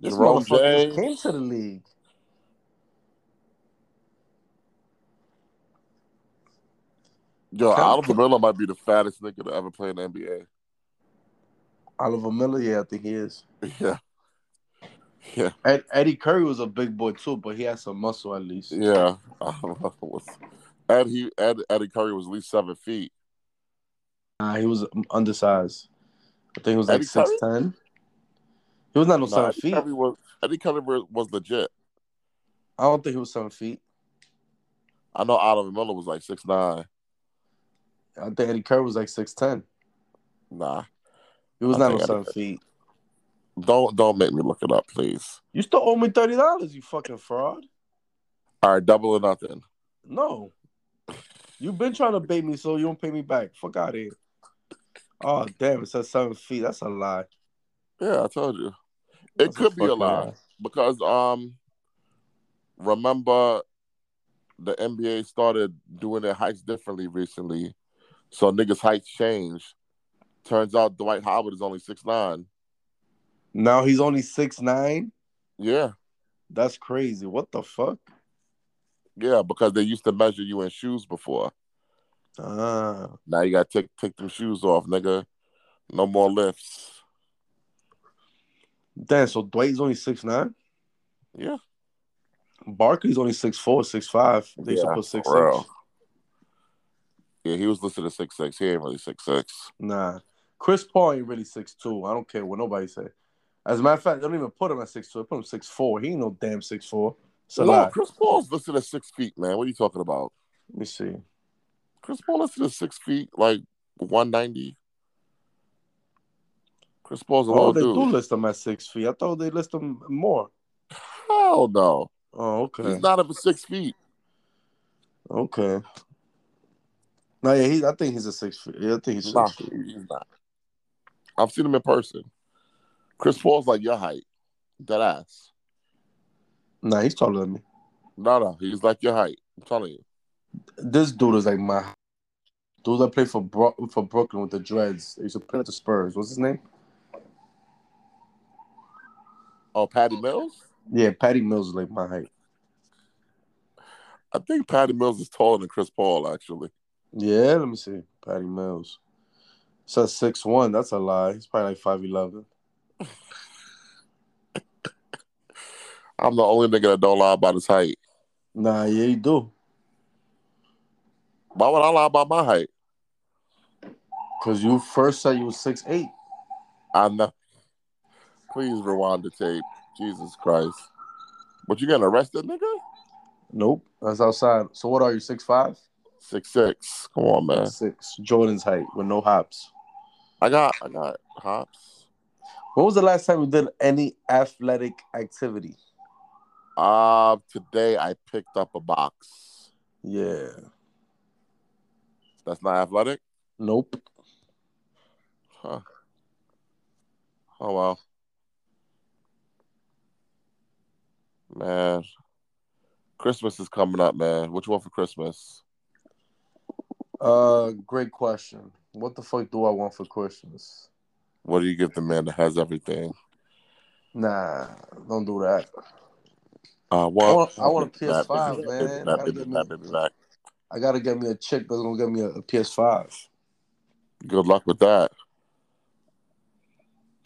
B: This
C: Jerome
B: motherfucker
C: James.
B: just came to the league.
C: Yo,
B: Kemp-
C: Oliver Miller might be the fattest nigga to ever play in the NBA.
B: Oliver Miller, yeah, I think he is.
C: Yeah. Yeah,
B: Ed, Eddie Curry was a big boy too, but he had some muscle at least.
C: yeah. I don't know. What's, Ed, he, Ed, Eddie Curry was at least seven feet.
B: Nah, he was undersized. I think he was like
C: Eddie Curry?
B: six ten. He was not no
C: No,
B: seven
C: Eddie
B: feet.
C: Curry was Eddie Curry was was legit.
B: I don't think he was seven feet.
C: I know Adam Miller was like six nine.
B: I think Eddie Curry was like six ten.
C: Nah,
B: He was
C: I
B: not no
C: think Eddie
B: seven
C: Curry-
B: feet.
C: don't don't make me look it up, please.
B: You still owe me thirty dollars, you fucking fraud.
C: All right, double or nothing.
B: No. You've been trying to bait me so you don't pay me back. Fuck out of here. Oh damn, it says seven feet. That's a lie.
C: Yeah, I told you it
B: That's
C: could be a
B: fucking
C: lie because um, remember the NBA started doing their heights differently recently, so niggas' heights change. Turns out Dwight Howard is only six nine.
B: Now he's only six nine.
C: Yeah,
B: That's crazy. What the fuck?
C: yeah, because they used to measure you in shoes before.
B: Ah,
C: Now you gotta take take them shoes off, nigga. No more lifts.
B: damn. So Dwight's only six nine.
C: Yeah,
B: Barkley's only six four, six five. They used to
C: Yeah,
B: put six
C: for
B: six.
C: real. yeah. He was listed as six six. He ain't really six six.
B: Nah, Chris Paul ain't really six two. I don't care what nobody say. As a matter of fact, they don't even put him at six two. They put him six four. He ain't no damn six four. So
C: no,
B: lie.
C: Chris Paul's listed at six feet, man. What are you talking about?
B: let me see.
C: Chris Paul listed at six feet, like one ninety. Chris Paul's a
B: Oh,
C: little
B: they
C: dude.
B: do list him at six feet. I thought they list him more.
C: Hell no,
B: Oh, okay,
C: he's not over six feet.
B: okay. No, yeah, he, I think he's a six feet. Yeah, I think he's six
C: Nah,
B: feet.
C: he's not. I've seen him in person. Chris Paul's like your height, dead ass.
B: Nah, he's taller than me.
C: No, no, he's like your height. I'm telling you.
B: This dude is like my dude that played for Bro- for Brooklyn with the Dreads. They used to play with the Spurs. What's his name?
C: Oh, Patty Mills.
B: Yeah, Patty Mills is like my height.
C: I think Patty Mills is taller than Chris Paul, actually.
B: Yeah, let me see. Patty Mills. Says six one. That's a lie. He's probably like five eleven.
C: I'm the only nigga that don't lie about his height.
B: Nah, yeah, you do.
C: Why would I lie about my height?
B: Cause you first said you was six eight.
C: I'm not. Please rewind the tape. Jesus Christ. But you getting arrested, nigga?
B: Nope, that's outside. So what are you? Six five?
C: Six six. Come on, man.
B: Six. Jordan's height with no hops.
C: I got I got hops.
B: When was the last time you did any athletic activity?
C: Uh today I picked up a box.
B: Yeah.
C: That's not athletic?
B: Nope.
C: Huh. Oh well. Man. Christmas is coming up, man. What you want for Christmas?
B: Uh, great question. What the fuck do I want for Christmas?
C: What do you give the man that has everything?
B: Nah, don't do that.
C: Uh what
B: I want- I want a
C: Baby back,
B: PS5,
C: baby
B: man.
C: back,
B: Gotta
C: baby
B: get me-
C: back, baby back.
B: I gotta get me a chick that's gonna get me a, a PS5.
C: Good luck with that.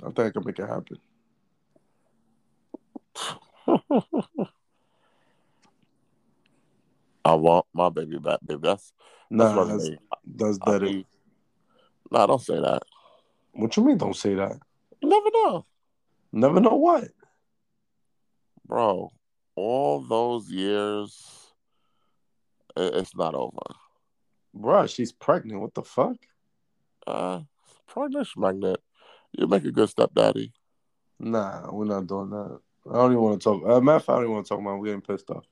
B: I think I can make it happen.
C: I want my baby back, baby. That's that's
B: Nah,
C: what I
B: that's,
C: mean.
B: that's
C: I
B: dead.
C: mean nah, don't say that.
B: What you mean? Don't say that.
C: You never know.
B: Never know what.
C: bro, all those years, i- it's not over.
B: Bruh, she's pregnant. What the fuck?
C: Uh, pregnant magnet, you make a good stepdaddy.
B: Nah, we're not doing that. I don't even want to talk. Uh, matter of fact, I don't even want to talk about. It. We're getting pissed off.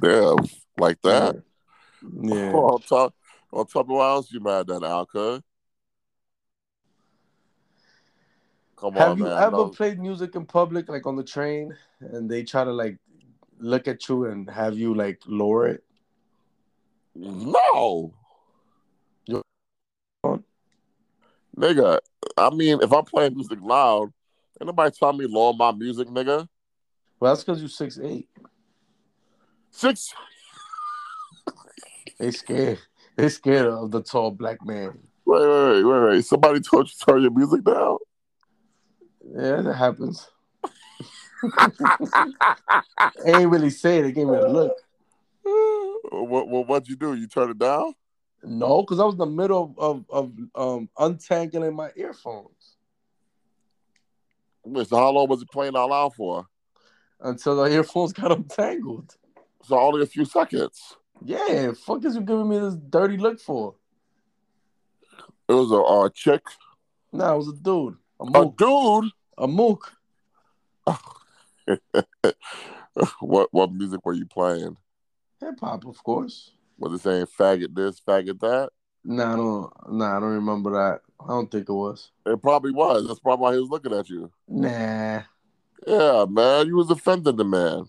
C: Damn, like that.
B: Yeah.
C: Oh, on top, on top of what else you mad at, Alka? Come
B: Have
C: on,
B: you
C: man.
B: ever
C: no.
B: played music in public, like on the train, and they try to like look at you and have you like lower it?
C: no,
B: on?
C: nigga. I mean, if I'm playing music loud, ain't nobody tell me lower my music, nigga.
B: Well, that's because you're six eight.
C: Six.
B: They scared. They scared of the tall black man.
C: Wait, wait, wait, wait, wait. Somebody told you to turn your music down.
B: Yeah, that happens. They ain't really say it. They gave me a look.
C: what, what what'd you do? You turn it down?
B: No, because I was in the middle of, of, of um untangling my earphones
C: Mr. How long was it playing out loud for?
B: until the earphones got untangled.
C: So only a few seconds.
B: Yeah, fuck is you giving me this dirty look for?
C: It was a uh, chick,
B: Nah, it was a dude. A
C: a
B: mook.
C: dude.
B: A mook.
C: what what music were you playing?
B: Hip hop, of course.
C: Was it saying faggot this, faggot that?
B: Nah, I don't nah, I don't remember that. I don't think it was.
C: It probably was. That's probably why he was looking at you.
B: Nah.
C: Yeah, man, you was offending the man.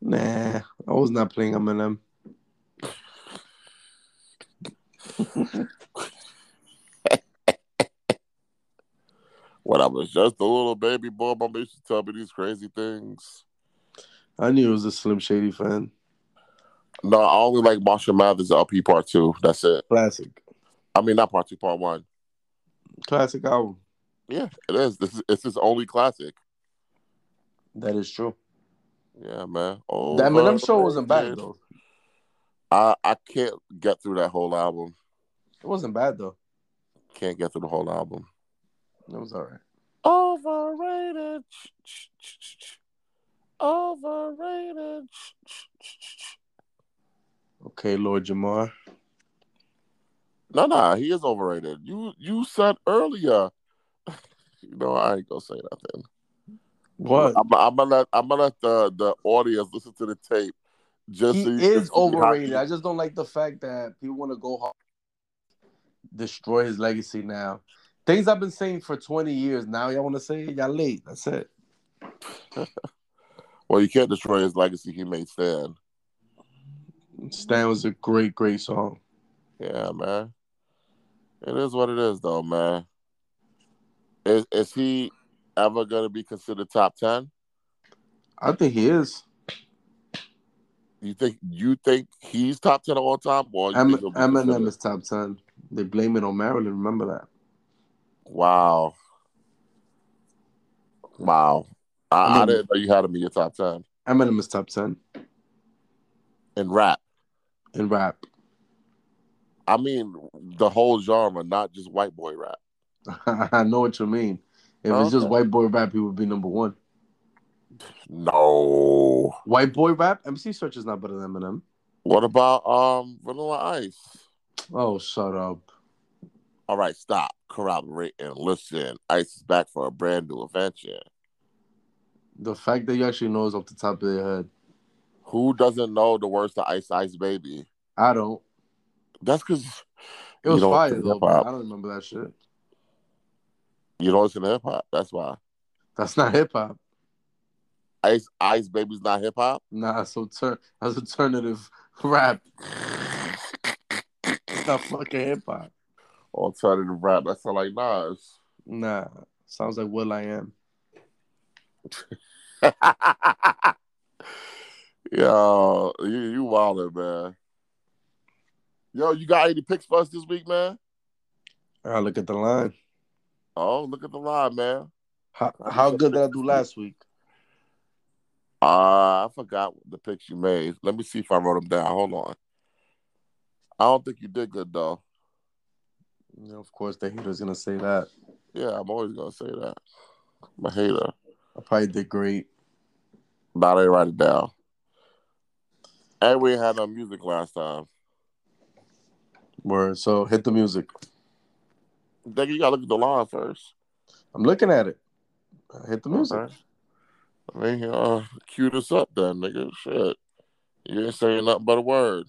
B: Nah. I was not playing Eminem.
C: When I was just a little baby boy, my mom used to tell me these crazy things.
B: I knew it was a Slim Shady fan.
C: No, I only like Marshall Mathers LP Part Two. That's it.
B: Classic.
C: I mean, not Part Two, Part One.
B: Classic album.
C: Yeah, it is. This is it's his only classic.
B: That is true.
C: Yeah, man. Oh,
B: That Eminem show wasn't bad though.
C: I I can't get through that whole album.
B: It wasn't bad though.
C: Can't get through the whole album.
B: It was alright.
C: Overrated. Overrated.
B: Okay, Lord Jamar.
C: No, no, he is overrated. You you said earlier. You know, I ain't gonna say nothing.
B: What?
C: I'm, I'm gonna let I'm gonna let the, the audience listen to the tape. Just
B: He
C: so you can
B: is
C: see how
B: overrated.
C: he-
B: I just don't like the fact that people want to go hard, destroy his legacy now. Things I've been saying for 20 years now, y'all want to say it? Y'all late. That's it.
C: well, you can't destroy his legacy. He made stand.
B: Stan was a great, great song.
C: Yeah, man. It is what it is, though, man. Is is he ever gonna be considered top ten?
B: I think he is.
C: You think you think he's top ten of all time, or you
B: M-
C: think he'll be
B: Eminem
C: considered-
B: is top 10. They blame it on Marilyn. Remember that.
C: Wow, wow. I, I
B: Eminem.
C: didn't know you had him in your top ten
B: Eminem is top 10
C: in rap.
B: in rap.
C: I mean, the whole genre, not just white boy rap.
B: I know what you mean. If it's just
C: Oh, Okay.
B: white boy rap, he would be number one.
C: No.
B: White boy rap? MC Search is not better than Eminem.
C: What about um Vanilla Ice?
B: Oh, shut up.
C: All right, stop, corroborate, and listen. Ice is back for a brand new adventure.
B: The fact that you actually know is off the top of your head.
C: Who doesn't know the words to Ice Ice Baby?
B: I don't.
C: That's because
B: It was
C: you don't
B: fire
C: listen to
B: though,
C: hip
B: but I
C: hop.
B: don't remember that shit.
C: You don't listen to hip hop. That's why
B: That's not hip hop.
C: Ice Ice Baby's not hip hop.
B: Nah, so turn that's alternative rap. It's not fucking hip hop.
C: Oh, Alternative rap. That's not like Nas.
B: Nah, sounds like Will I Am.
C: Yo, you you wildin', man. Yo, you got any picks for us this week, man?
B: I look at the line.
C: Oh, look at the line, man.
B: How, how good did I do last week?
C: Uh, I forgot the picks you made. Let me see if I wrote them down. Hold on. I don't think you did good though.
B: You know, of course, the hater's gonna say that.
C: Yeah, I'm always gonna say that. I'm a hater.
B: I probably did great.
C: But I didn't write it down. And we had no music last time.
B: Word. So hit the music.
C: Think you gotta look at the line first.
B: I'm looking at it. I hit the music.
C: Alright. I mean, uh, cue this up then, nigga. Shit. You ain't saying nothing but a word.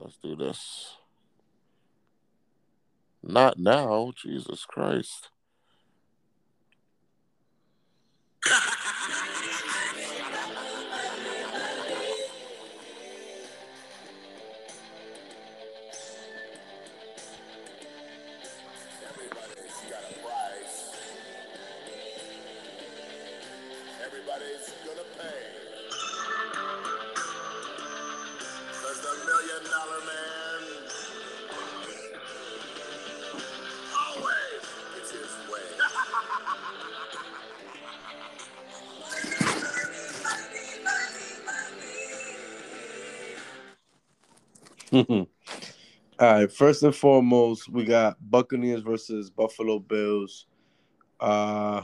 C: Let's do this. Not now, Jesus Christ.
D: Everybody's got a price. Everybody's gonna pay. There's the million dollar man. Always gets his
B: All right. First and foremost, we got Buccaneers versus Buffalo Bills. Uh,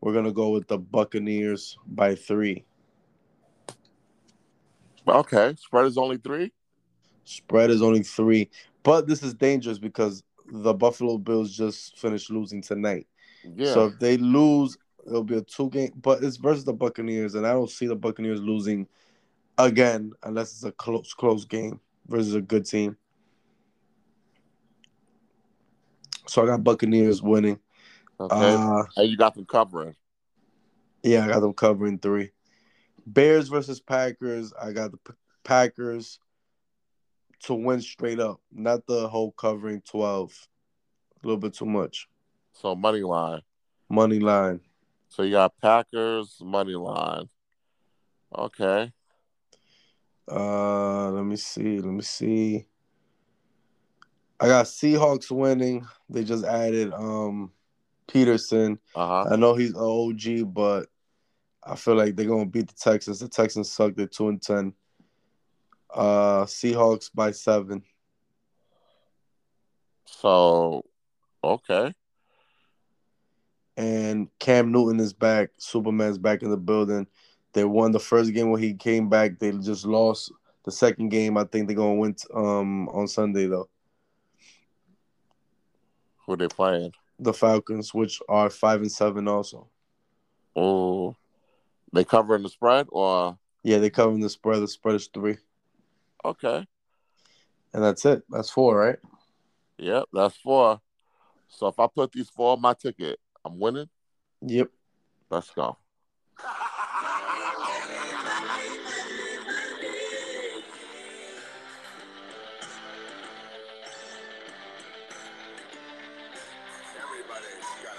B: we're gonna go with the Buccaneers by three.
C: Okay, spread is only three.
B: Spread is only three, but this is dangerous because the Buffalo Bills just finished losing tonight.
C: Yeah,
B: So if they lose, it'll be a two game. But it's versus the Buccaneers, and I don't see the Buccaneers losing again unless it's a close close game versus a good team. So I got Buccaneers winning.
C: okay.
B: Uh,
C: and you got them covering.
B: yeah, I got them covering three. Bears versus Packers. I got the P- Packers to win straight up, not the whole covering twelve. A little bit too much
C: So money line.
B: money line.
C: So you got Packers money line. Okay.
B: Uh, let me see. Let me see. I got Seahawks winning. They just added um Peterson.
C: Uh huh.
B: I know he's a OG, but I feel like they're gonna beat the Texans. The Texans suck. They're two and ten. Uh, Seahawks by seven.
C: So, okay.
B: and Cam Newton is back. Superman's back in the building. They won the first game when he came back. They just lost the second game. I think they're gonna win um on Sunday though.
C: Who they playing?
B: The Falcons, which are five and seven also.
C: Oh, they covering the spread or
B: Yeah, they're covering the spread. The spread is three.
C: okay.
B: And that's it. That's four, right?
C: Yep, that's four. So if I put these four on my ticket, I'm winning.
B: Yep.
C: Let's go.
D: Everybody's got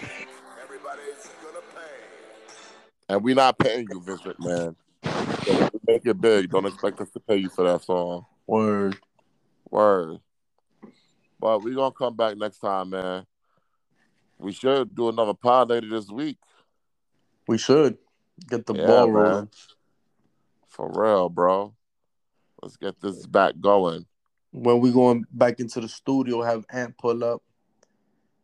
D: a price. Everybody's gonna pay.
C: And we're not paying you, Vince McMahon. So when we make it big. Don't expect us to pay you for that song.
B: Word.
C: Word. But we're gonna come back next time, man. We should do another pod later this week.
B: We should get the
C: Yeah,
B: ball
C: man.
B: rolling.
C: For real, bro. Let's get this back going.
B: When we going back into the studio, have Ant pull up.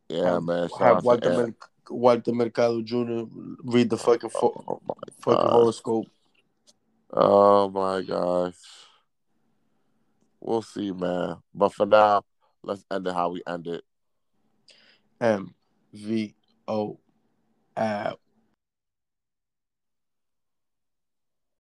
C: Yeah,
B: Um,
C: man. Shout
B: Have
C: out
B: Walter,
C: to Ant.
B: Merc- Walter Mercado Jr. read the fucking fo-
C: Oh my
B: fucking
C: God.
B: horoscope.
C: Oh my gosh. We'll see, man. But for now, let's end it how we end it.
B: M V O out.